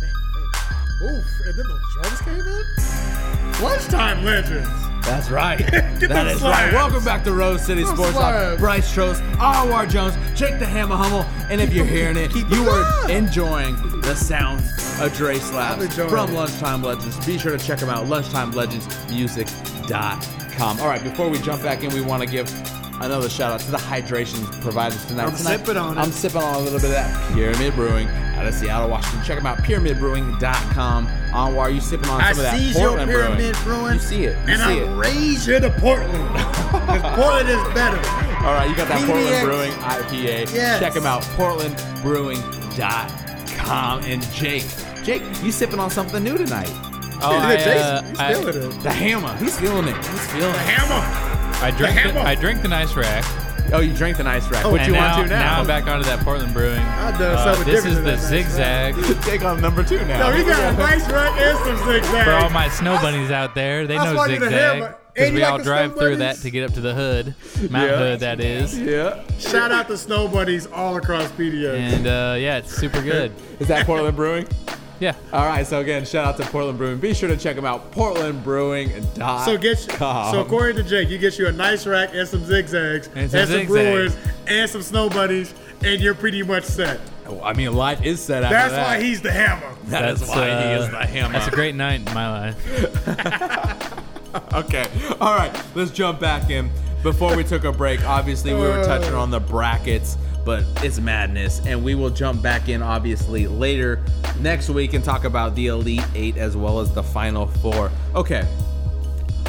C: Hey, hey. Oof, and then the drums came in? Lunchtime legends. *laughs*
A: That's right.
C: Get
A: that
C: them
A: is right.
C: slabs.
A: Welcome back to Rose City
C: Them
A: Sports Talk.
C: slabs.
A: Bryce Trost, R.R. Jones, Jake the Hammer Hummel, and if you're hearing it,
C: keep
A: you
C: them
A: are
C: up.
A: enjoying the sounds of Dre
C: I'm
A: Slaps
C: enjoying
A: from
C: it.
A: Lunchtime Legends. Be sure to check them out, lunchtimelegendsmusic.com. All right, before we jump back in, we want to give another shout out to the hydrations providers tonight.
C: I'm
A: Tonight,
C: sipping on it.
A: I'm sipping on a little bit of that Pyramid Brewing out of Seattle, Washington. Check them out, pyramidbrewing.com. Anwar, you sipping on
C: I
A: some of that
C: seize
A: Portland
C: your pyramid
A: brewing.
C: brewing,
A: You see it. You
C: and
A: see
C: I
A: it.
C: raise you to Portland. 'Cause Portland is better.
A: All right, you got that
C: PBX.
A: Portland Brewing IPA.
C: Yes.
A: Check them out, portlandbrewing.com. And Jake, Jake, you sipping on something new tonight?
B: Oh, I, uh,
C: Jason, he's
B: I,
C: feeling it.
A: The hammer. He's feeling it. He's feeling it.
C: Hammer.
B: I drink the,
C: hammer.
B: I drink the nice rack.
A: Oh, you drank the nice rack.
C: Oh,
A: What
B: and
A: you
B: now,
A: want to now?
B: I'm back onto that Portland Brewing.
C: I've done
B: Uh,
C: something
B: this
C: different
B: is
C: than
B: the
C: that nice rack.
B: zigzag.
A: *laughs* Take on number two now.
C: No, we got a nice rack and some zigzags.
B: For all my snow bunnies out there, they
C: I
B: know
C: swung you the
B: zigzag
C: hammer.
B: because
C: And
B: we
C: you
B: all
C: like the snow
B: drive through that
C: bunnies?
B: to get up to the hood, Mount
A: Yeah.
B: Hood that is.
A: Yeah.
C: Shout out to Snow Buddies all across PDX.
B: And uh, yeah, it's super good.
A: Is that Portland Brewing?
B: Yeah,
A: All right, so again, shout out to Portland Brewing. Be sure to check them out, portlandbrewing.com.
C: so get you, so according to Jake, you get you a nice rack and some zigzags
B: And some zigzags.
C: brewers and some snow buddies, and you're pretty much set.
A: Oh, I mean, life is set after
C: That's
A: that.
C: why he's the hammer.
A: *laughs* That is
B: That's,
A: why he
B: uh,
A: is the hammer.
B: that's a great night in my life.
A: *laughs* Okay. All right. Let's jump back in. Before we took a break, obviously we were touching on the brackets. but it's madness. And we will jump back in, obviously, later next week and talk about the Elite Eight as well as the Final Four. Okay,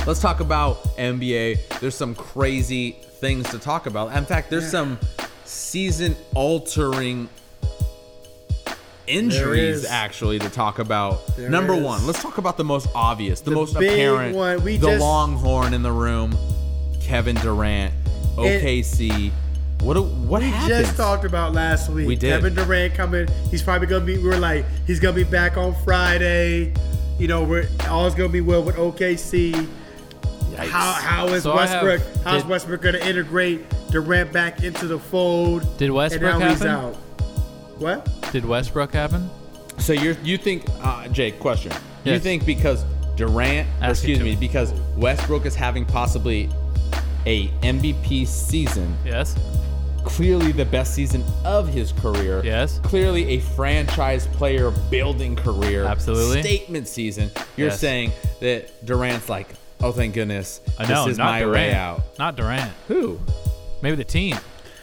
A: let's talk about NBA. There's some crazy things to talk about. In fact, there's some season altering injuries
C: is.
A: actually to talk about.
C: There
A: Number
C: is.
A: one, let's talk about the most obvious, the, most
C: big
A: apparent,
C: one. We
A: the
C: just-
A: Longhorn in the room, Kevin Durant, OKC. what do- what
C: We
A: happened?
C: just talked about last week.
A: We did.
C: Kevin Durant coming. He's probably gonna be. We were like, he's gonna be back on Friday. You know, we're all's gonna be well with OKC.
A: Yikes.
C: How how is
B: So I have-
C: Westbrook? how's
B: did-
C: Westbrook gonna integrate Durant back into the fold?
B: Did Westbrook
C: and now he's
B: happen?
C: out. What?
B: Did Westbrook happen?
A: So you you think uh, Jake question? You
B: Yes.
A: think because Durant, or
B: Ask
A: excuse
B: it to
A: me,
B: me.
A: because Westbrook is having possibly a MVP season,
B: Yes.
A: clearly the best season of his career.
B: Yes.
A: Clearly a franchise player building career.
B: Absolutely.
A: Statement season. You're
B: Yes.
A: saying that Durant's like, oh thank goodness,
B: I know.
A: this is
B: not
A: my
B: Durant.
A: way out.
B: Not Durant.
A: Who?
B: Maybe the team.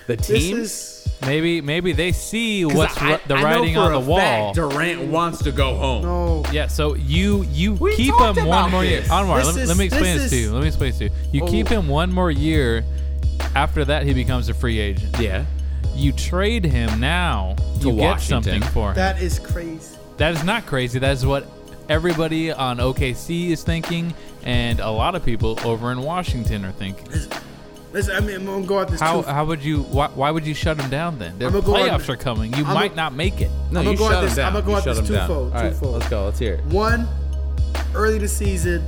A: The
C: This
A: team.
C: is
B: Maybe maybe they see
A: 'Cause
B: what's
A: I-
B: ri- the
A: I know
B: writing
A: for
B: on the
A: a
B: wall.
A: fact Durant wants to go home.
C: no.
B: Yeah, so you you
A: We
B: keep
A: talked
B: him
A: about
B: one more year.
A: this.
B: Anwar,
C: This
B: let me,
C: is-
B: let me explain
C: this
B: this, to
C: is-
B: you. Let me explain this to you. You keep
A: Oh.
B: him one more year. After that, he becomes a free agent.
A: Yeah.
B: You trade him now.
A: To
B: you get
A: Washington.
B: something for him.
C: That is crazy.
B: that is not crazy. That is what everybody on OKC is thinking, and a lot of people over in Washington are thinking.
C: Listen, I mean, I'm gonna go out this.
B: How
C: too-
B: how would you? Why, why would you shut him down then? The
C: I'ma go on-
B: playoffs are coming. You
C: I'ma-
B: might not make it.
A: No,
C: I'ma
A: you
C: go at
A: shut him
C: this-
A: down.
C: I'ma go
A: You
C: at
A: shut
C: this
A: him down.
C: twofold,
A: All right,
C: twofold.
A: let's go. Let's hear it.
C: One, early the season,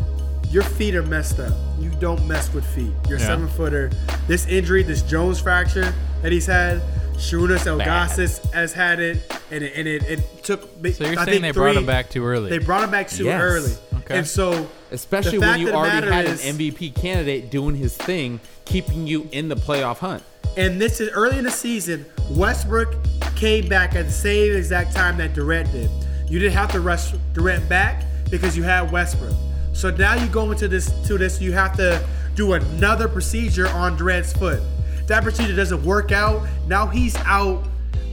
C: your feet are messed up. You don't mess with feet. You're
B: Yeah.
C: seven footer. This injury, this Jones fracture that he's had, Shunas
A: Bad.
C: Elgasis has had it, and it, and it, it took.
B: So you're saying they brought him back too early?
C: They brought him back too
A: Yes.
C: early,
B: Okay.
C: and so
A: Especially
C: the
A: when
C: fact
A: you
C: of the
A: already
C: matter
A: had
C: is-
A: an MVP candidate doing his thing, keeping you in the playoff hunt.
C: And this is early in the season. Westbrook came back at the same exact time that Durant did. You didn't have to rush Durant back because you had Westbrook. So now you go into this to this. You have to do another procedure on Durant's foot. That procedure doesn't work out. Now he's out.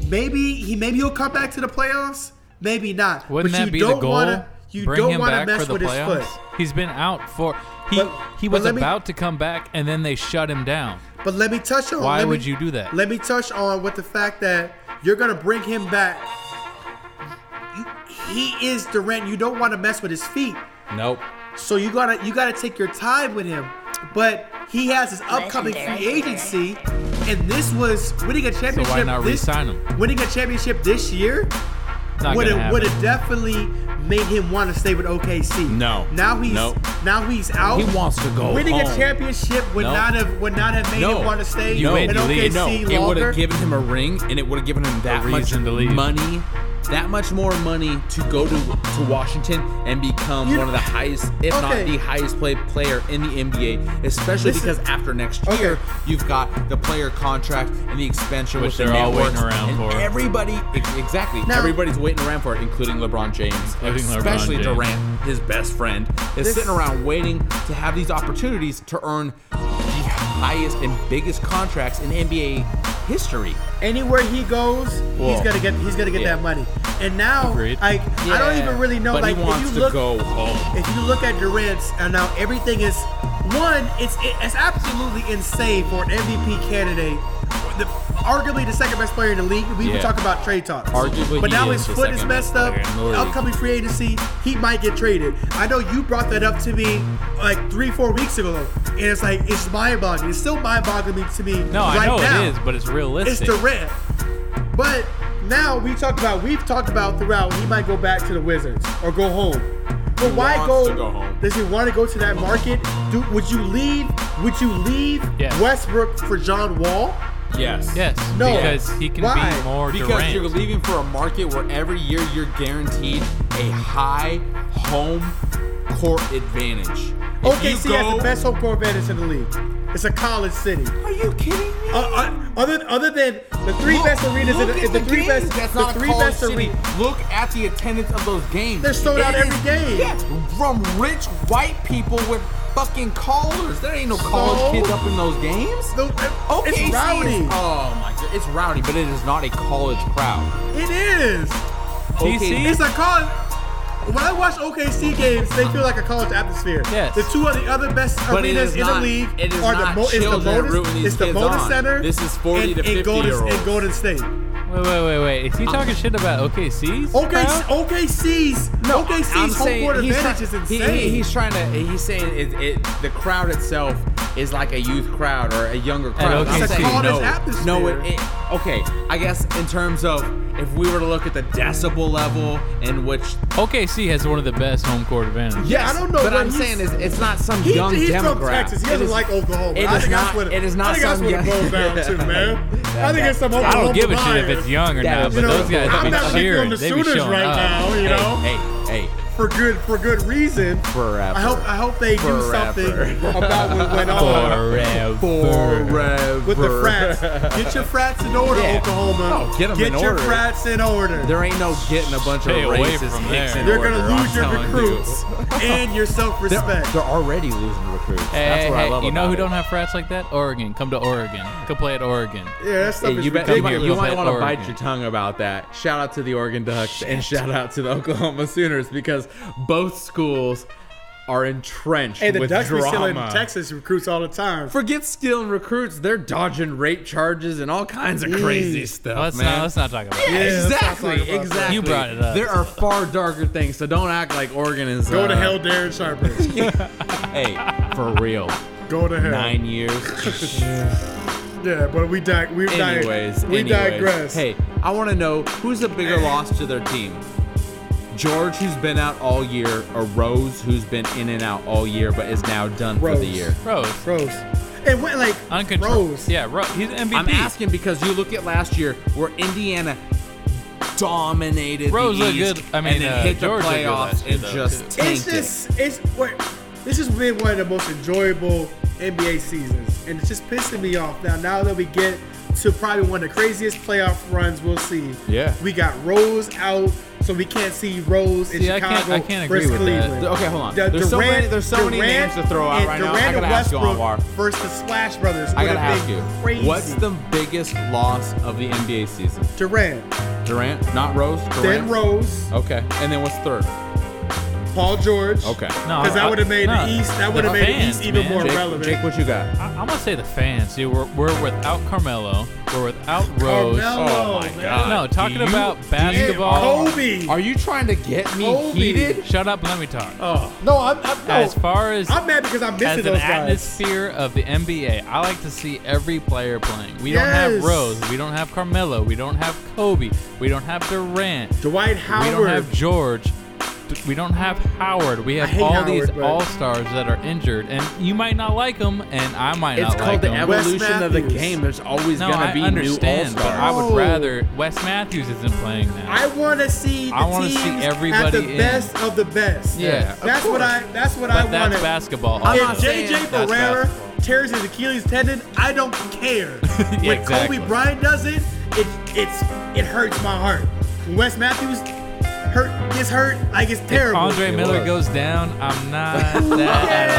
C: Maybe he maybe he'll come back to the playoffs. Maybe not.
B: Wouldn't
C: but
B: that
C: you
B: be
C: don't
B: the goal?
C: Wanna, you
B: Bring
C: don't
B: him
C: want to
B: back
C: mess
B: for the
C: with
B: playoffs.
C: his foot.
B: He's been out for he
C: But-
B: he
C: but
B: was
C: let me-
B: about to come back and then they shut him down.
C: But let me touch on
B: Why
C: let me-
B: would you do that?
C: Let me touch on with the fact that you're gonna bring him back. He is Durant. You don't want to mess with his feet,
A: Nope.
C: so you gotta you gotta take your time with him. But he has his upcoming free
D: Legendary.
C: agency, and this was winning a championship.
B: not
C: this,
B: re-sign him?
C: Winning a championship this year
B: It's not
C: would
B: gonna
C: have would
B: happen.
C: have definitely made him want to stay with OKC.
A: No.
C: Now he's
A: Nope.
C: now he's out.
A: He wants to go
C: Winning a
A: home.
C: championship would
A: Oh, No.
C: not have would not have made
A: No.
C: him want to stay
B: You
A: no.
B: made
C: in
B: me
C: OKC
B: leave.
A: no. It would
C: longer.
A: have given him a ring, and it would have given him that much
B: reason to leave.
A: money, that much more money to go to to Washington and become
C: You-
A: one of the highest, if not
C: Okay.
A: the highest played player in the NBA. Especially
C: Listen-
A: because after next
C: Okay.
A: year, you've got the player contract and the expansion
B: Which
A: with the
B: they're all waiting
A: networks,
B: around
A: and
B: for.
A: Everybody, ex- exactly.
C: Now-
A: everybody's waiting around for it, including LeBron James,
B: Including LeBron
A: especially
B: James.
A: Durant. his best friend, is
C: This-
A: sitting around waiting to have these opportunities to earn the highest and biggest contracts in NBA history.
C: Anywhere he goes,
A: Well,
C: he's gonna get he's gonna get
A: yeah.
C: that money. And now,
B: Agreed.
C: like I don't even really know.
A: But
C: like
A: he wants
C: if
A: to
C: you look,
A: go home.
C: if you look at Durant's, and now everything is one. It's it- it's absolutely insane for an MVP candidate, the, arguably the second best player in the league. We
A: Yeah.
C: would talk about trade talks.
A: Arguably,
C: but
A: he
C: now
A: is
C: his
A: the
C: foot is
A: second
C: messed
A: best
C: up.
A: player in the league.
C: Upcoming free agency, he might get traded. I know you brought that up to me like three, four weeks ago, and it's like it's mind-boggling. It's still mind-boggling to me- to me.
B: No,
C: right
B: I know
C: now.
B: it is, but it's
C: It's
B: realistic.
C: the rant. But now we talked about we've talked about throughout he might go back to the Wizards or go home. But why
A: wants
C: go,
A: to go home.
C: Does he want to go to that market? Do, would you leave? Would you leave
B: Yes.
C: Westbrook for John Wall?
A: Yes.
B: yes,
C: No.
B: because he can
C: Why?
B: be more
A: Because
B: Durant.
A: you're leaving for a market where every year you're guaranteed a high home court advantage. If
C: OKC
A: you
C: has
A: go-
C: the best home court advantage in the league. It's a college city.
A: Are you kidding me?
C: Uh, uh, other other than the three
A: Look-
C: best arenas, in
A: look
C: the,
A: at
C: the, three
A: games.
C: best,
A: That's
C: the
A: not
C: three
A: a college
C: best
A: city.
C: arenas.
A: Look at the attendance of those games.
C: They're sold out every
A: is-
C: game.
A: Yes, from rich white people with fucking callers. There ain't no college
C: So?
A: kids up in those games.
C: No,
A: OKC
C: it's
A: is-
C: rowdy.
A: oh my god, it's rowdy, but it is not a college crowd.
C: It is.
B: TC?
C: It's a college. When I watch OKC games, they feel like a college atmosphere.
B: Yes.
C: The two of the other best
A: But it
C: arenas
A: is
C: in the
A: not-
C: league
A: it is
C: are the
A: not
C: Mo- is the
A: children rooting
C: Moda
A: these
C: it's the
A: kids
C: Moda
A: on.
C: Center.
A: This is 40
C: and,
A: to
C: and Golden,
A: 50-year-olds.
C: and Golden State.
B: Wait, wait, wait, wait. Is he talking shit about OKC's?
C: OK,
B: crowd?
C: OKC's *laughs* OKC's
A: I'm
C: home
A: saying
C: court
A: he's
C: advantage
A: try-
C: is
A: he-
C: insane.
A: he- he's trying to. He's saying it, it. The crowd itself is like a youth crowd or a younger crowd.
B: OKC.
A: I'm
B: It's a
A: saying
C: college
A: no,
C: atmosphere.
A: no. It, it, okay, I guess in terms of if we were to look at the decibel level in which.
B: OKC has one of the best home court advantages.
C: Yeah, I don't know
A: But
C: what
A: I'm
C: he's-
A: saying is it's not some
C: He-
A: young
C: he's
A: demographic.
C: from Texas. He
A: It
C: doesn't
A: is-
C: like Oklahoma.
A: It
C: I
A: is
C: think
A: not.
C: that's what
A: it is not
C: I think
A: some
C: that's what
A: young.
C: it boils down to,
A: *laughs*
C: man. I think it's some
B: I don't
C: Oklahoma
B: give a shit if
C: bias.
B: it's young or
A: Yeah,
B: not, but
A: you know,
B: those guys
A: I'm
B: be
A: not
C: picking
B: cheering.
C: on the
B: They be
C: shooters
B: showing
C: right
B: up.
C: now, you know.
A: Hey, hey, hey.
C: for good for good reason.
A: Forever.
C: I hope I hope they do
A: Forever.
C: something about what went on
B: Forever.
A: Forever.
C: with the frats. Get your frats in order,
A: Yeah.
C: Oklahoma.
A: No, get 'em in
C: your
A: order.
C: frats in order.
A: There ain't no getting a bunch
B: Stay
A: of
B: away
A: racist
B: from
A: hicks
B: there.
A: in
C: You're
A: order,
C: gonna lose
A: I'm
C: your
A: telling you.
C: recruits and your
A: They're,
C: self-respect.
A: they're already losing recruits. That's
B: Hey,
A: what
B: hey,
A: I love
B: you know
A: about
B: who
A: it.
B: don't have frats like that? Oregon. Come to Oregon. Come play at Oregon.
C: yeah, that stuff
A: Hey,
C: is
A: you, bet, you,
C: ridiculous.
A: might,
B: Come here,
A: you
B: go
A: might
B: play
A: want to bite
B: Oregon.
A: your tongue about that. Shout out to the Oregon Ducks and shout out to the Oklahoma Sooners because both schools are entrenched
C: Hey, the
A: with
C: Ducks be
A: drama.
C: selling Texas recruits all the time.
A: Forget stealing recruits; they're dodging rape charges and all kinds of crazy
C: Mm.
A: stuff,
B: Let's
A: man.
B: not let's not talk about
A: Yeah,
B: it.
C: let's not talk
A: exactly,
C: about that.
A: exactly.
B: You brought it up.
A: There are far darker things, so don't act like Oregon is.
C: Go to
A: uh,
C: hell, Darren
A: *laughs*
C: Sharper.
A: Hey, for real.
C: Go to hell.
A: Nine
C: *laughs*
A: years.
C: Yeah, but we di- we di-
A: Anyways,
C: we
A: anyways.
C: digress.
A: Hey, I want to know who's the bigger loss to their team? George, who's been out all year, or Rose, who's been in and out all year but is now done for
C: Rose.
A: the year?
B: Rose.
C: Rose. And what like
B: Uncontrolled.
C: Rose?
B: Yeah, Rose. He's MVP.
A: I'm asking because you look at last year where Indiana dominated
B: Rose
A: the
B: looked
A: East
B: good. I mean,
A: and then
B: uh,
A: hit the
B: George looked good
A: playoffs
B: last year,
A: and
B: though,
A: just
B: too.
C: It's
A: tanked it.
C: just it's wait, this has been one of the most enjoyable NBA seasons, and it's just pissing me off now. Now that we get to probably one of the craziest playoff runs we'll see.
A: Yeah.
C: we got Rose out, so we can't see Rose in
B: See, I
C: Chicago
B: can't- I can't agree
C: versus
B: with that.
C: Cleveland.
A: Okay, hold on.
C: The
A: there's so
C: Durant-
A: many. There's so many
C: Durant
A: names to throw out
C: and
A: right
C: Durant
A: now. I
C: and
A: gotta ask you,
C: Westbrook
A: Anwar.
C: versus the Splash Brothers.
A: I
C: would
A: gotta
C: have
A: ask
C: been
A: you.
C: Crazy.
A: What's the biggest loss of the NBA season?
C: Durant?
A: Durant, not Rose. Durant.
C: Then Rose,
A: Okay, and then what's third?
C: Paul George.
A: Okay.
B: No,
C: Because that
B: I-
C: would have made
B: no,
C: the East. That
B: the
C: would have made
B: fans,
C: the East even
B: man.
C: more
B: Jake-
C: relevant.
A: Jake, what you got?
B: I, I'm gonna say the fans. Dude, we're, we're without Carmelo. We're without Rose.
C: Carmelo, Uh,
A: Oh, my
C: man.
A: God.
B: No, talking
A: Do you-
B: about
A: do you-
B: basketball.
C: Kobe.
A: Are you trying to get me
C: Kobe.
A: heated?
B: Shut up. and Let me talk.
C: No, I'm, I'm no.
B: As far as
C: Oh. I'm mad because I'm
B: as
C: missing
B: an
C: those guys.
B: atmosphere of the NBA, I like to see every player playing. We don't
C: Yes.
B: have Rose, we don't have Carmelo, we don't have Kobe, we don't have Durant,
C: Dwight
B: we don't
C: Howard.
B: have George, D- we don't have Howard. We have
C: hate
B: all
C: Howard,
B: these
C: but-
B: all stars that are injured, and you might not like them, and I might
A: It's
B: not like
A: called the
B: them.
C: West
A: evolution of the
C: Matthews.
A: game. There's always
B: no,
A: gonna
B: I
A: be new all
B: understand, but I
A: stars.
B: would
C: No.
B: rather Wes Matthews isn't playing now.
C: I want to see the
B: I wanna see
C: teams at
B: everybody
C: the
B: in.
C: best of the best.
B: Yeah, of
C: that's what
A: course.
C: I. That's what
B: but
C: I
B: that's
C: want.
B: basketball.
A: I'm
C: If
A: not
B: also.
A: saying
C: JJ
B: that's
C: Ferrera
B: basketball.
C: tears his Achilles tendon, I don't
B: *laughs*
C: care. when
B: Exactly.
C: Kobe Bryant does it, it it's it hurts my heart. When Wes Matthews hurt gets hurt, like it's
B: If
C: terrible.
B: Andre
A: It
B: Miller
A: was.
B: goes down, I'm not
C: *laughs* Who
B: that at a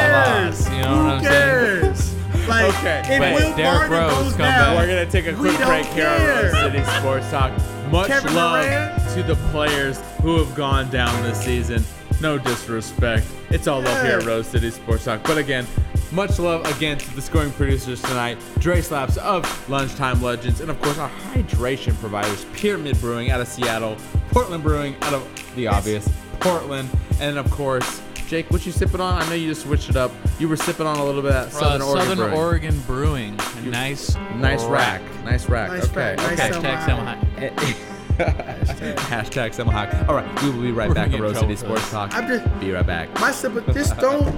C: cares?
B: loss. You know
C: Who
B: what I'm saying?
C: cares? Like
A: Okay.
C: if
B: Wait,
C: Will Barton
B: Derrick Rose,
C: goes
B: come
C: down,
B: back.
A: We're gonna take a
C: We
A: quick
C: don't
A: break here on
C: care.
A: Rose City Sports Talk. Much
C: Kevin
A: love
C: Durant.
A: to the players who have gone down this season. No disrespect. It's all love here at
C: Yeah.
A: Rose City Sports Talk. But again, much love again to the scoring producers tonight, Dre Slaps of Lunchtime Legends, and of course our hydration providers, Pyramid Brewing out of Seattle, Portland Brewing out of the obvious, Portland, and of course, Jake, what you sipping on? I know you just switched it up. You were sipping on a little bit of that
B: Bro,
A: Southern, Oregon Brewing.
B: Oregon Brewing. A nice,
A: Nice rack. Nice rack.
C: Oh. Nice
A: okay.
C: rack, nice rack.
A: okay.
B: Hashtag
C: Semi-high.
B: semi-high.
A: *laughs* Hashtag, hashtag semi high. All right, we will be right
B: We're
A: back
B: gonna
A: on
B: get
A: Rose City
B: in trouble for
A: Sports Talk.
C: I'm just-
A: be right back.
C: My sip, but just don't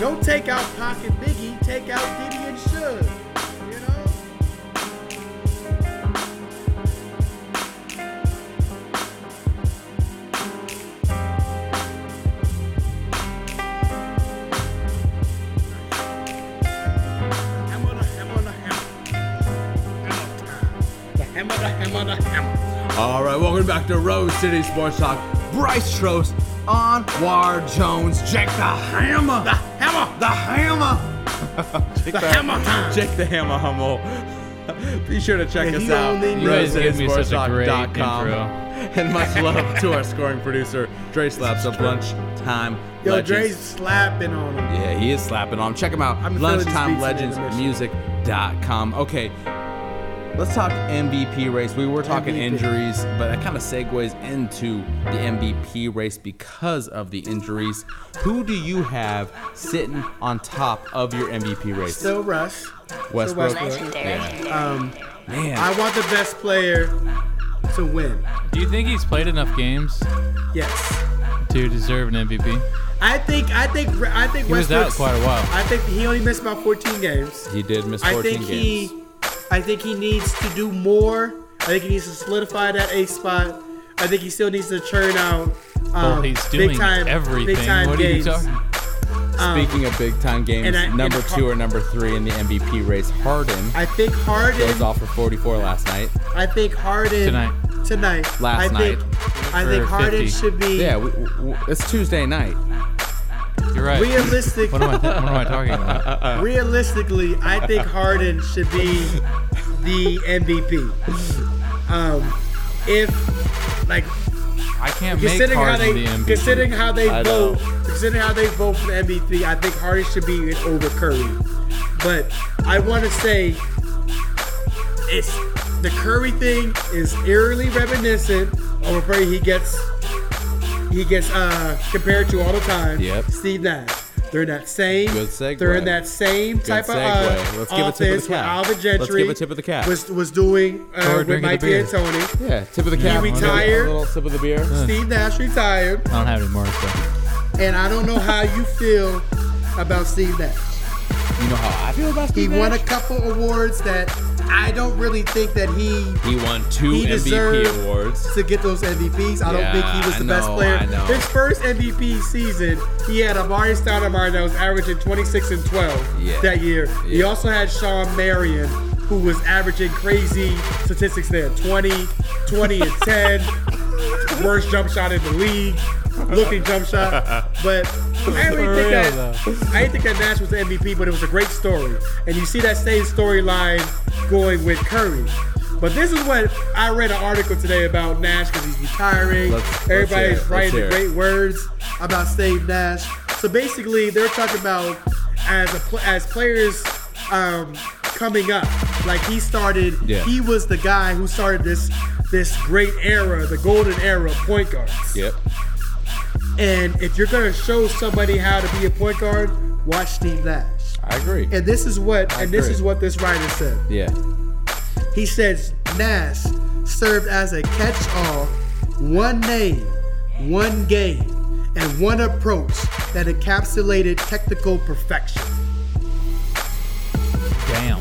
C: don't take out Pocket Biggie. Take out Diddy and Suge. You know. Hammer the hammer the hammer. Hammer time. The hammer the hammer the hammer.
A: All right, welcome back to Rose City Sports Talk. Bryce Trost, Anwar Jones, Jake the Hammer,
C: The hammer. hammer, the *laughs* hammer, the hammer time.
A: Jake the Hammer Hummel. *laughs* Be sure to check
C: If
A: us
C: you
A: out.
C: only knew-
A: Road
C: You guys
A: City
B: give me such a
A: Sports
B: great
A: Talk dot com. *laughs*
B: intro.
A: And much love to our scoring producer, Dre Slaps up lunchtime.
C: Yo,
A: legends.
C: Dre's slapping on him.
A: Yeah, he is slapping on. Check him out.
C: I'm feeling this beats today,
A: LunchtimeLegendsMusic.com. Okay, let's talk MVP race. We were talking
C: MVP.
A: injuries, but that kind of segues into the MVP race because of the injuries. Who do you have sitting on top of your MVP race?
C: Still Russ.
A: Westbrook.
C: Still Westbrook.
D: Legendary. legendary.
A: Man,
C: I want the best player to win.
B: Do you think he's played enough games
C: Yes.
B: to deserve an MVP?
C: I think I think I think
B: He was out
C: Westbrook's-
B: quite a while.
C: I think he only missed about 14 games.
A: he did miss
C: I
A: 14
C: think
A: games.
C: he I think he needs to do more. I think he needs to solidify that A spot. I think he still needs to churn out um,
B: Well, Oh, he's doing
C: big time,
B: everything.
C: Big time
B: what
C: games.
B: are you talking?
A: Speaking of big time games,
C: um, and I-
A: number
C: and Har-
A: two or number three in the MVP race, Harden
C: I think
A: goes
C: Harden.
A: off for 44 last night.
C: I think Harden
B: Tonight.
C: Tonight.
A: Last
C: I think, I
B: For
C: think Harden
B: 50.
C: should be
A: Yeah, we, we, it's Tuesday night.
B: You're right.
C: realistic.
B: what, am I th- what am I
C: *laughs*
B: talking about?
C: realistically, I think Harden should be the MVP. Um, if like
B: I can't make
C: considering how
B: Harden
C: they
B: the MVP.
C: considering how they
A: I
C: vote,
A: know.
C: considering how they vote for the MVP, I think Harden should be in over Curry. But I want to say it's the Curry thing is eerily reminiscent of a player he gets he gets uh, compared to all the time.
A: Yep.
C: Steve Nash. They're in that same.
A: Good segue.
C: They're in that same type of
A: segue.
C: uh,
A: Let's give a tip of the
C: offense where
A: cap.
C: Alvin
A: Let's give a
C: Gentry.
A: tip of the cap.
C: Was was doing
B: Throw a
C: uh, with
B: drink of
C: Mike
B: the beer.
C: D'Antoni.
A: Yeah, tip of the cap.
C: He retired.
A: A little sip of the beer.
C: Steve Nash retired.
B: I don't have any more. So.
C: and I don't know how you feel about Steve Nash.
A: You know how I feel about
C: He
A: Steve
C: won a
A: Nash?
C: couple awards that I don't really think that he
A: he won two
C: he deserved
A: MVP awards.
C: to get those MVPs. I don't
A: Yeah,
C: think he was
A: I
C: the best
A: know,
C: player.
A: I know.
C: His first MVP season, he had Amari Stoudemire that was averaging 26 and 12
A: Yeah.
C: that year. He
A: Yeah.
C: also had Sean Marion, who was averaging crazy statistics there 20, 20 and 10, worst jump shot in the league, looking jump shot. But I didn't
B: For
C: think
B: real,
C: that. I didn't think that Nash was the MVP, but it was a great story. And you see that same storyline going with Curry. But this is what I read an article today about Nash because he's retiring.
A: Let's- let's hear it.
C: Everybody's
A: Let's
C: writing
A: hear
C: the
A: it.
C: great words about Steve Nash. So basically, they're talking about as a pl- as players um, coming up. Like he started,
A: Yeah.
C: he was the guy who started this this great era, the golden era of point guards.
A: Yep.
C: And if you're gonna show somebody how to be a point guard, watch Steve Nash.
A: I agree.
C: And this is what and this
A: agree.
C: is what this writer said.
A: yeah.
C: He says Nash served as a catch-all, one name, one game, and one approach that encapsulated technical perfection.
B: Damn.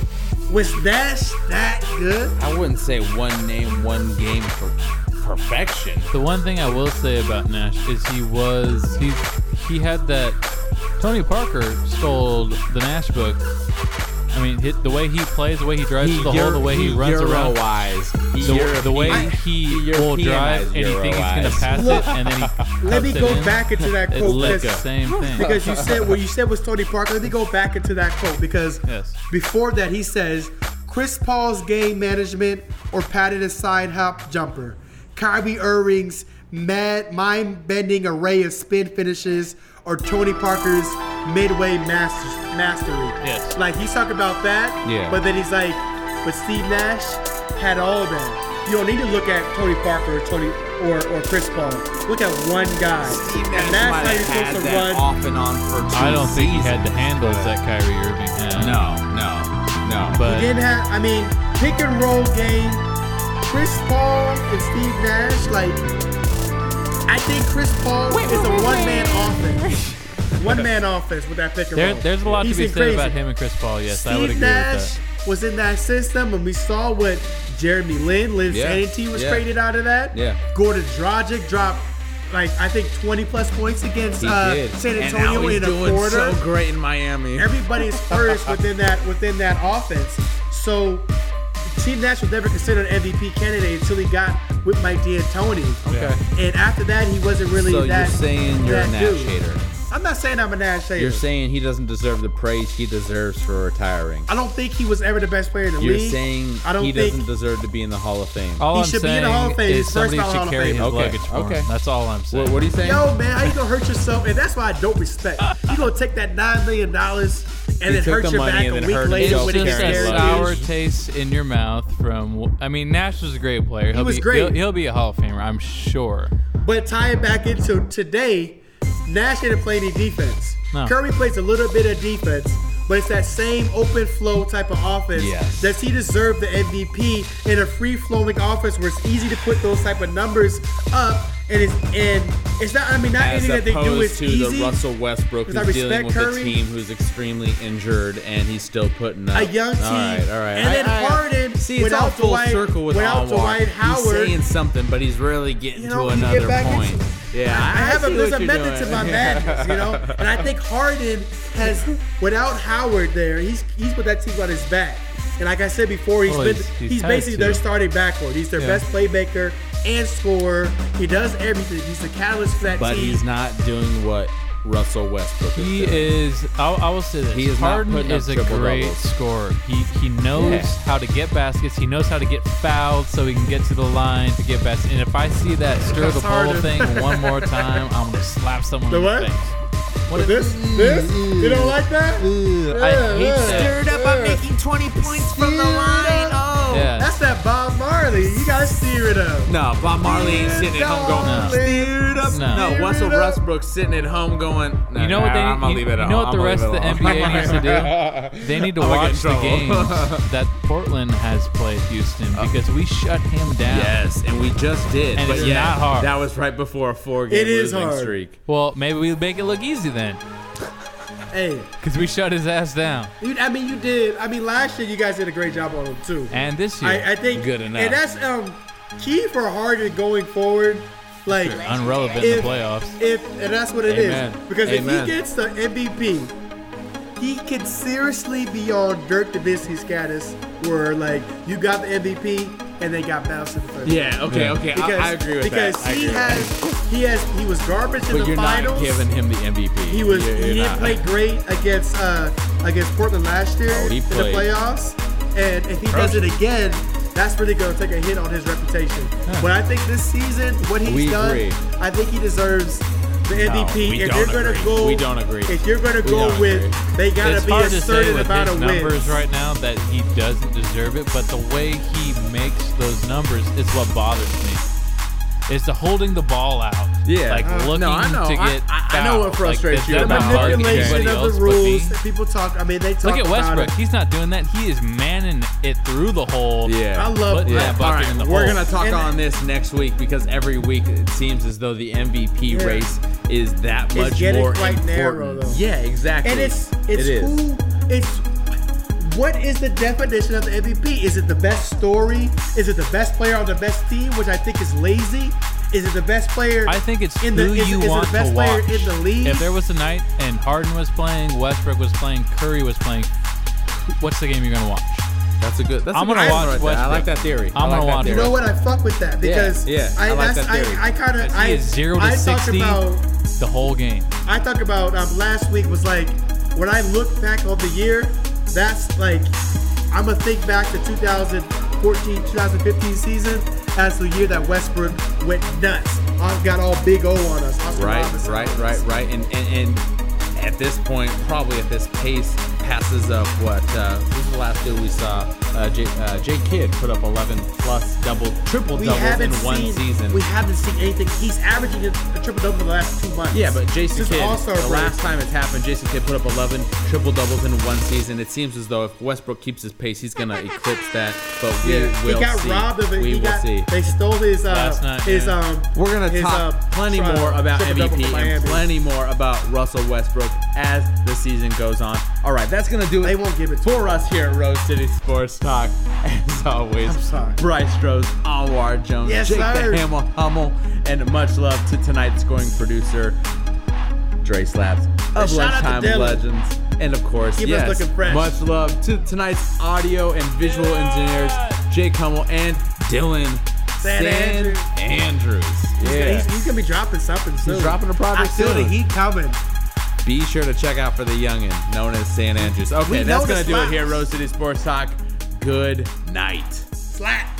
C: Was Nash that good?
A: I wouldn't say one name, one game for perfection.
B: The one thing I will say about Nash is he was he he had that Tony Parker stole the Nash book. I mean, hit, the way he plays, the way he drives to the hole, the way he, runs around,
A: Wise.
B: the, the way he will drive, and he thinks he's gonna pass it, and then he
C: *laughs* Let me
B: cuts it
C: go
B: in.
C: back into that
B: It's
C: quote
B: like the
C: because-
B: same thing.
C: because you said what you said was Tony Parker. Let me go back into that quote because
B: Yes.
C: before that he says Chris Paul's game management or padded aside hop jumper, Kyrie Irving's mad mind-bending array of spin finishes, or Tony Parker's midway masters, mastery.
B: Yes.
C: Like he's talking about that.
A: Yeah.
C: But then he's like, but Steve Nash had all that. You don't need to look at Tony Parker or Tony or, or Chris Paul. Look at one guy. and that's how you're supposed to run.
A: off and on for two
B: I don't think he had the
A: seasons.
B: handles that Kyrie Irving had.
A: No, no, no.
B: but
C: Didn't have. I mean, pick and roll game. Chris Paul and Steve Nash. Like, I think Chris Paul is a one-man offense. One-man offense with that pick and
B: there,
C: roll.
B: there's a lot
C: He's
B: to be
C: been
B: said
C: crazy.
B: about him and Chris Paul. Yes, I
C: Steve
B: would agree
C: Nash
B: with
C: was in that system, and we saw what Jeremy Lin, Lin
A: Yeah,
C: Sanity was
A: yeah.
C: traded out of that.
A: Yeah.
C: Gordon Dragic dropped like I think 20 plus points against
A: he
C: uh,
A: did.
C: San
A: and now
C: Antonio
A: he's
C: in a
A: doing
C: quarter
A: so great in Miami.
C: everybody's first within that within that offense. So Team Nash was never considered an MVP candidate until he got with Mike D'Antoni.
A: Okay.
C: And after that, he wasn't really
A: so
C: that.
A: you're saying you're a
C: that
A: Nash
C: dude.
A: hater?
C: I'm not saying I'm a Nash hater.
A: You're saying he doesn't deserve the praise he deserves for retiring.
C: I don't think he was ever the best player in the
A: You're
C: league.
A: saying
C: I don't
A: he
C: think
A: doesn't deserve to be in the Hall of Fame.
B: All
C: He
B: I'm
C: should be
B: saying
C: in the Hall of Fame.
B: is
C: He's
B: somebody
C: first ballot Hall
B: should
C: of
B: carry
C: Fame.
B: his
A: Okay,
B: luggage for
A: okay.
B: him. That's all I'm saying.
A: What, what are you saying?
C: Yo, man, how you gonna hurt yourself? And that's why I don't respect. You gonna take that nine million dollars and
A: He
C: it
A: took
C: hurts
A: the
C: your
A: money
C: back
A: and
C: a
A: then
C: week
A: hurt
C: later
A: himself
B: It's
C: when
A: for
C: it
B: just
A: carrying
B: a
A: luggage.
B: sour
C: gets scary.
B: taste in your mouth from. I mean, Nash was a great player. He'll
C: was
B: be,
C: great.
B: He'll, he'll be a Hall of Famer, I'm sure.
C: But tie it back into today, Nash didn't play any defense.
B: No.
C: Curry plays a little bit of defense, but it's that same open flow type of offense.
A: Yes.
C: Does he deserve the MVP in a free flowing offense where it's easy to put those type of numbers up? And it's and it's not. I mean, not anything
A: As
C: that they do
A: opposed
C: is
A: to
C: easy.
A: the Russell Westbrook
C: Because I
A: who's dealing with
C: respect
A: a
C: Curry.
A: team who's extremely injured and he's still putting up
C: a young team.
A: All right, all right.
C: And then
A: I- I-
C: Harden
A: see, it's
C: without
A: all full
C: Dwight-
A: circle with
C: without
A: Anwar.
C: Dwight
A: He's
C: Howard.
A: saying something, but he's really getting
C: You know,
A: to
C: you get
A: another
C: back into-
A: point. yeah,
C: I have a,
A: see
C: there's a
A: what you're
C: method to
A: doing. *laughs*
C: my madness, you know. And I think Harden has, without Howard there, he's he's put that team on his back. And like I said before, he's
B: Oh,
C: been
B: he's-
C: he's,
B: he's tied
C: basically
B: to.
C: their starting backcourt. He's their
B: Yeah.
C: best playmaker and scorer. He does everything. He's the catalyst for that
A: but
C: team.
A: he's not doing what Russell Westbrook is
B: He
A: doing.
B: is. I'll, I will say this.
A: He is not
B: Harden
A: putting up
B: is a
A: triple
B: great
A: doubles.
B: scorer. He he knows
A: Yeah.
B: how to get baskets. He knows how to get fouled so he can get to the line to get baskets. And if I see that stir the
C: That's
B: pole
C: Harden.
B: thing one more time, I'm gonna slap someone
C: The
B: in
C: what?
B: the face.
C: But
B: What is-
C: this, this, you don't like that?
B: I
C: Yeah,
B: hate
C: yeah.
B: that.
C: Stirred up, I'm making
A: 20 points
C: from the line.
A: Oh.
B: Yeah.
C: That's that Bob Marley. You gotta steer it up.
A: No, Bob Marley ain't sitting at home going,
B: No.
A: steered up.
B: No.
A: No, Russell
C: Steered up.
A: Westbrook sitting at home going, nah,
B: You know what
A: nah,
B: they
A: I'm going
B: need,
A: to
B: you,
A: leave it
B: you
A: alone.
B: know what
A: I'ma
B: the
A: leave
B: rest
A: it
B: of the
A: alone. *laughs*
B: NBA needs to do? They need to
A: I'm gonna get
B: watch
A: in
B: the
A: trouble. Uh, *laughs*
B: games that Portland has played Houston because we shut him down.
A: Yes, and we just did.
B: And
A: but
B: it's
A: yeah,
B: not hard.
A: that was right before a four-game
C: It is
A: losing
C: hard.
A: streak.
B: Well, maybe we make it look easy then
C: Hey,
B: because we shut his ass down.
C: you, I mean, you did. I mean, last year you guys did a great job on him too.
B: And this year,
C: I, I think
A: Good enough.
C: And that's um key for Harden going forward. Like
B: unrelevant in the
C: if,
B: playoffs.
C: if and that's what it is.
B: Amen.
C: Because
A: Amen.
C: if he gets the MVP, he could seriously be on Dirk Nowitzki status, where like you got the MVP and they got bounced in the first. round.
A: Yeah, okay,
B: Yeah.
A: okay.
C: Because,
A: I, I agree with
C: because
A: that. I
C: he
A: agree with that.
C: has he has he was garbage in
A: But
C: the
A: you're
C: finals.
A: not giving him the MVP.
C: He was
A: You're-
C: he
A: you're
C: didn't
A: not.
C: play great against uh against Portland last year
A: Oh, he
C: in the
A: played.
C: playoffs. And if he does it again, that's really gonna take a hit on his reputation. But I think this season, what he's
A: We
C: done,
A: agree.
C: I think he deserves the MVP.
A: we
C: if
A: don't
C: you're gonna
A: agree.
C: go
A: We don't agree.
C: If you're gonna
A: We
C: go
A: don't
C: with
A: agree.
C: they gotta
B: it's
C: be
B: hard to say
C: assertive
B: with
C: about
B: his
C: a win.
B: numbers right now that he doesn't deserve it, but the way he makes those numbers is what bothers me. It's the holding the ball out.
A: Yeah.
B: Like
A: Uh, no,
B: looking
A: I know.
B: to
A: I-
B: get
A: I- I know
B: fouled.
A: what
B: Like,
A: frustrates
B: that
A: you
B: doesn't
A: about
B: bother
A: Harden.
C: Manipulation
B: anybody
C: of
B: else
C: the
B: but
C: rules.
B: me.
C: People talk. I mean, they talk
B: Look at
C: about
B: Westbrook.
C: it.
B: He's not doing that. He is manning it through the hole.
A: Yeah.
C: I love
B: But-
C: that.
B: yeah, but-
A: All
B: bucket
A: right,
B: in the
A: we're
B: hole.
A: gonna talk
C: And-
A: on this next week because every week it seems as though the MVP
C: Yeah.
A: race is that much
C: getting
A: more
C: quite
A: important.
C: narrow, though.
A: yeah, exactly.
C: And it's it's
A: It is.
C: who it's what is the definition of the MVP? Is it the best story? Is it the best player on the best team, which I think is lazy? Is it the best player?
B: I think it's
C: in
B: who
C: the is,
B: you
C: is
B: want
C: it the best
B: to
C: player
B: watch.
C: in the league.
B: If there was a night and Harden was playing, Westbrook was playing, Curry was playing, what's the game you're gonna watch?
A: That's a good. That's
B: I'm
A: a good
B: gonna
A: one
B: watch
A: right there. I like
B: Westbrook.
A: that theory. I
B: I'm
A: like
B: gonna
A: that
B: watch
A: theory.
C: you know what? I fuck with that because
A: yeah, I
C: I,
A: like
C: that's,
A: that theory.
C: I, I kind of
B: He
C: I
B: is zero to
C: I talked
B: sixty
C: about
B: the whole game.
C: I talked about um, last week was like when I look back on the year, that's like I'm gonna think back to 2014, 2015 season as the year that Westbrook went nuts. I got all big O on us. Oscar
A: Right,
C: Robinson
A: right,
C: on
A: right,
C: us.
A: right. And, and and at this point, probably at this pace, passes up what? Uh, who's the last dude we saw? Uh, J, uh, Jay Kidd put up 11 plus double, triple
C: We
A: doubles in
C: haven't
A: one
C: seen
A: season.
C: we haven't seen anything. He's averaging a triple double the last two months.
A: Yeah, but Jason
C: Since
A: Kidd, the
C: All-Star break.
A: last time it's happened, Jason Kidd put up 11 triple doubles in one season. It seems as though if Westbrook keeps his pace, he's going to eclipse that. But we
C: Yeah,
A: will
C: he got
A: see.
C: robbed of it.
A: We
C: he
A: will
C: got,
A: see.
C: They stole his uh,
B: Last night,
C: his
B: yeah.
C: um.
A: We're going to
C: his,
A: talk
C: uh,
A: plenty
C: tri-
A: more about
C: triple-double
A: MVP
C: for
A: and
C: Miami.
A: plenty more about Russell Westbrook as the season goes on. All right, that's going to do it
C: They won't give it to
A: for us here at Rose City Sports Talk. *laughs* As always,
C: I'm sorry.
A: Bryce Rose, Anwar Jones,
C: Yes,
A: Jake
C: sir.
A: the Hamel Hummel, and much love to tonight's scoring producer, Dre Slaps of
C: And shout out to Dylan.
A: Lunchtime Legends. And of course,
C: Keep us
A: yes,
C: looking fresh.
A: much love to tonight's audio and visual engineers, Jake Hummel and Dylan
C: San Andrews.
A: Andrews. Yeah.
C: He's, he's gonna be dropping something soon.
A: dropping a project
C: I feel
A: soon.
C: the heat coming.
A: Be sure to check out for the youngin, known as San Andrews. Okay,
C: We
A: that's
C: know the
A: gonna do it
C: spots.
A: here, Rose City Sports Talk. Good night.
C: Slap.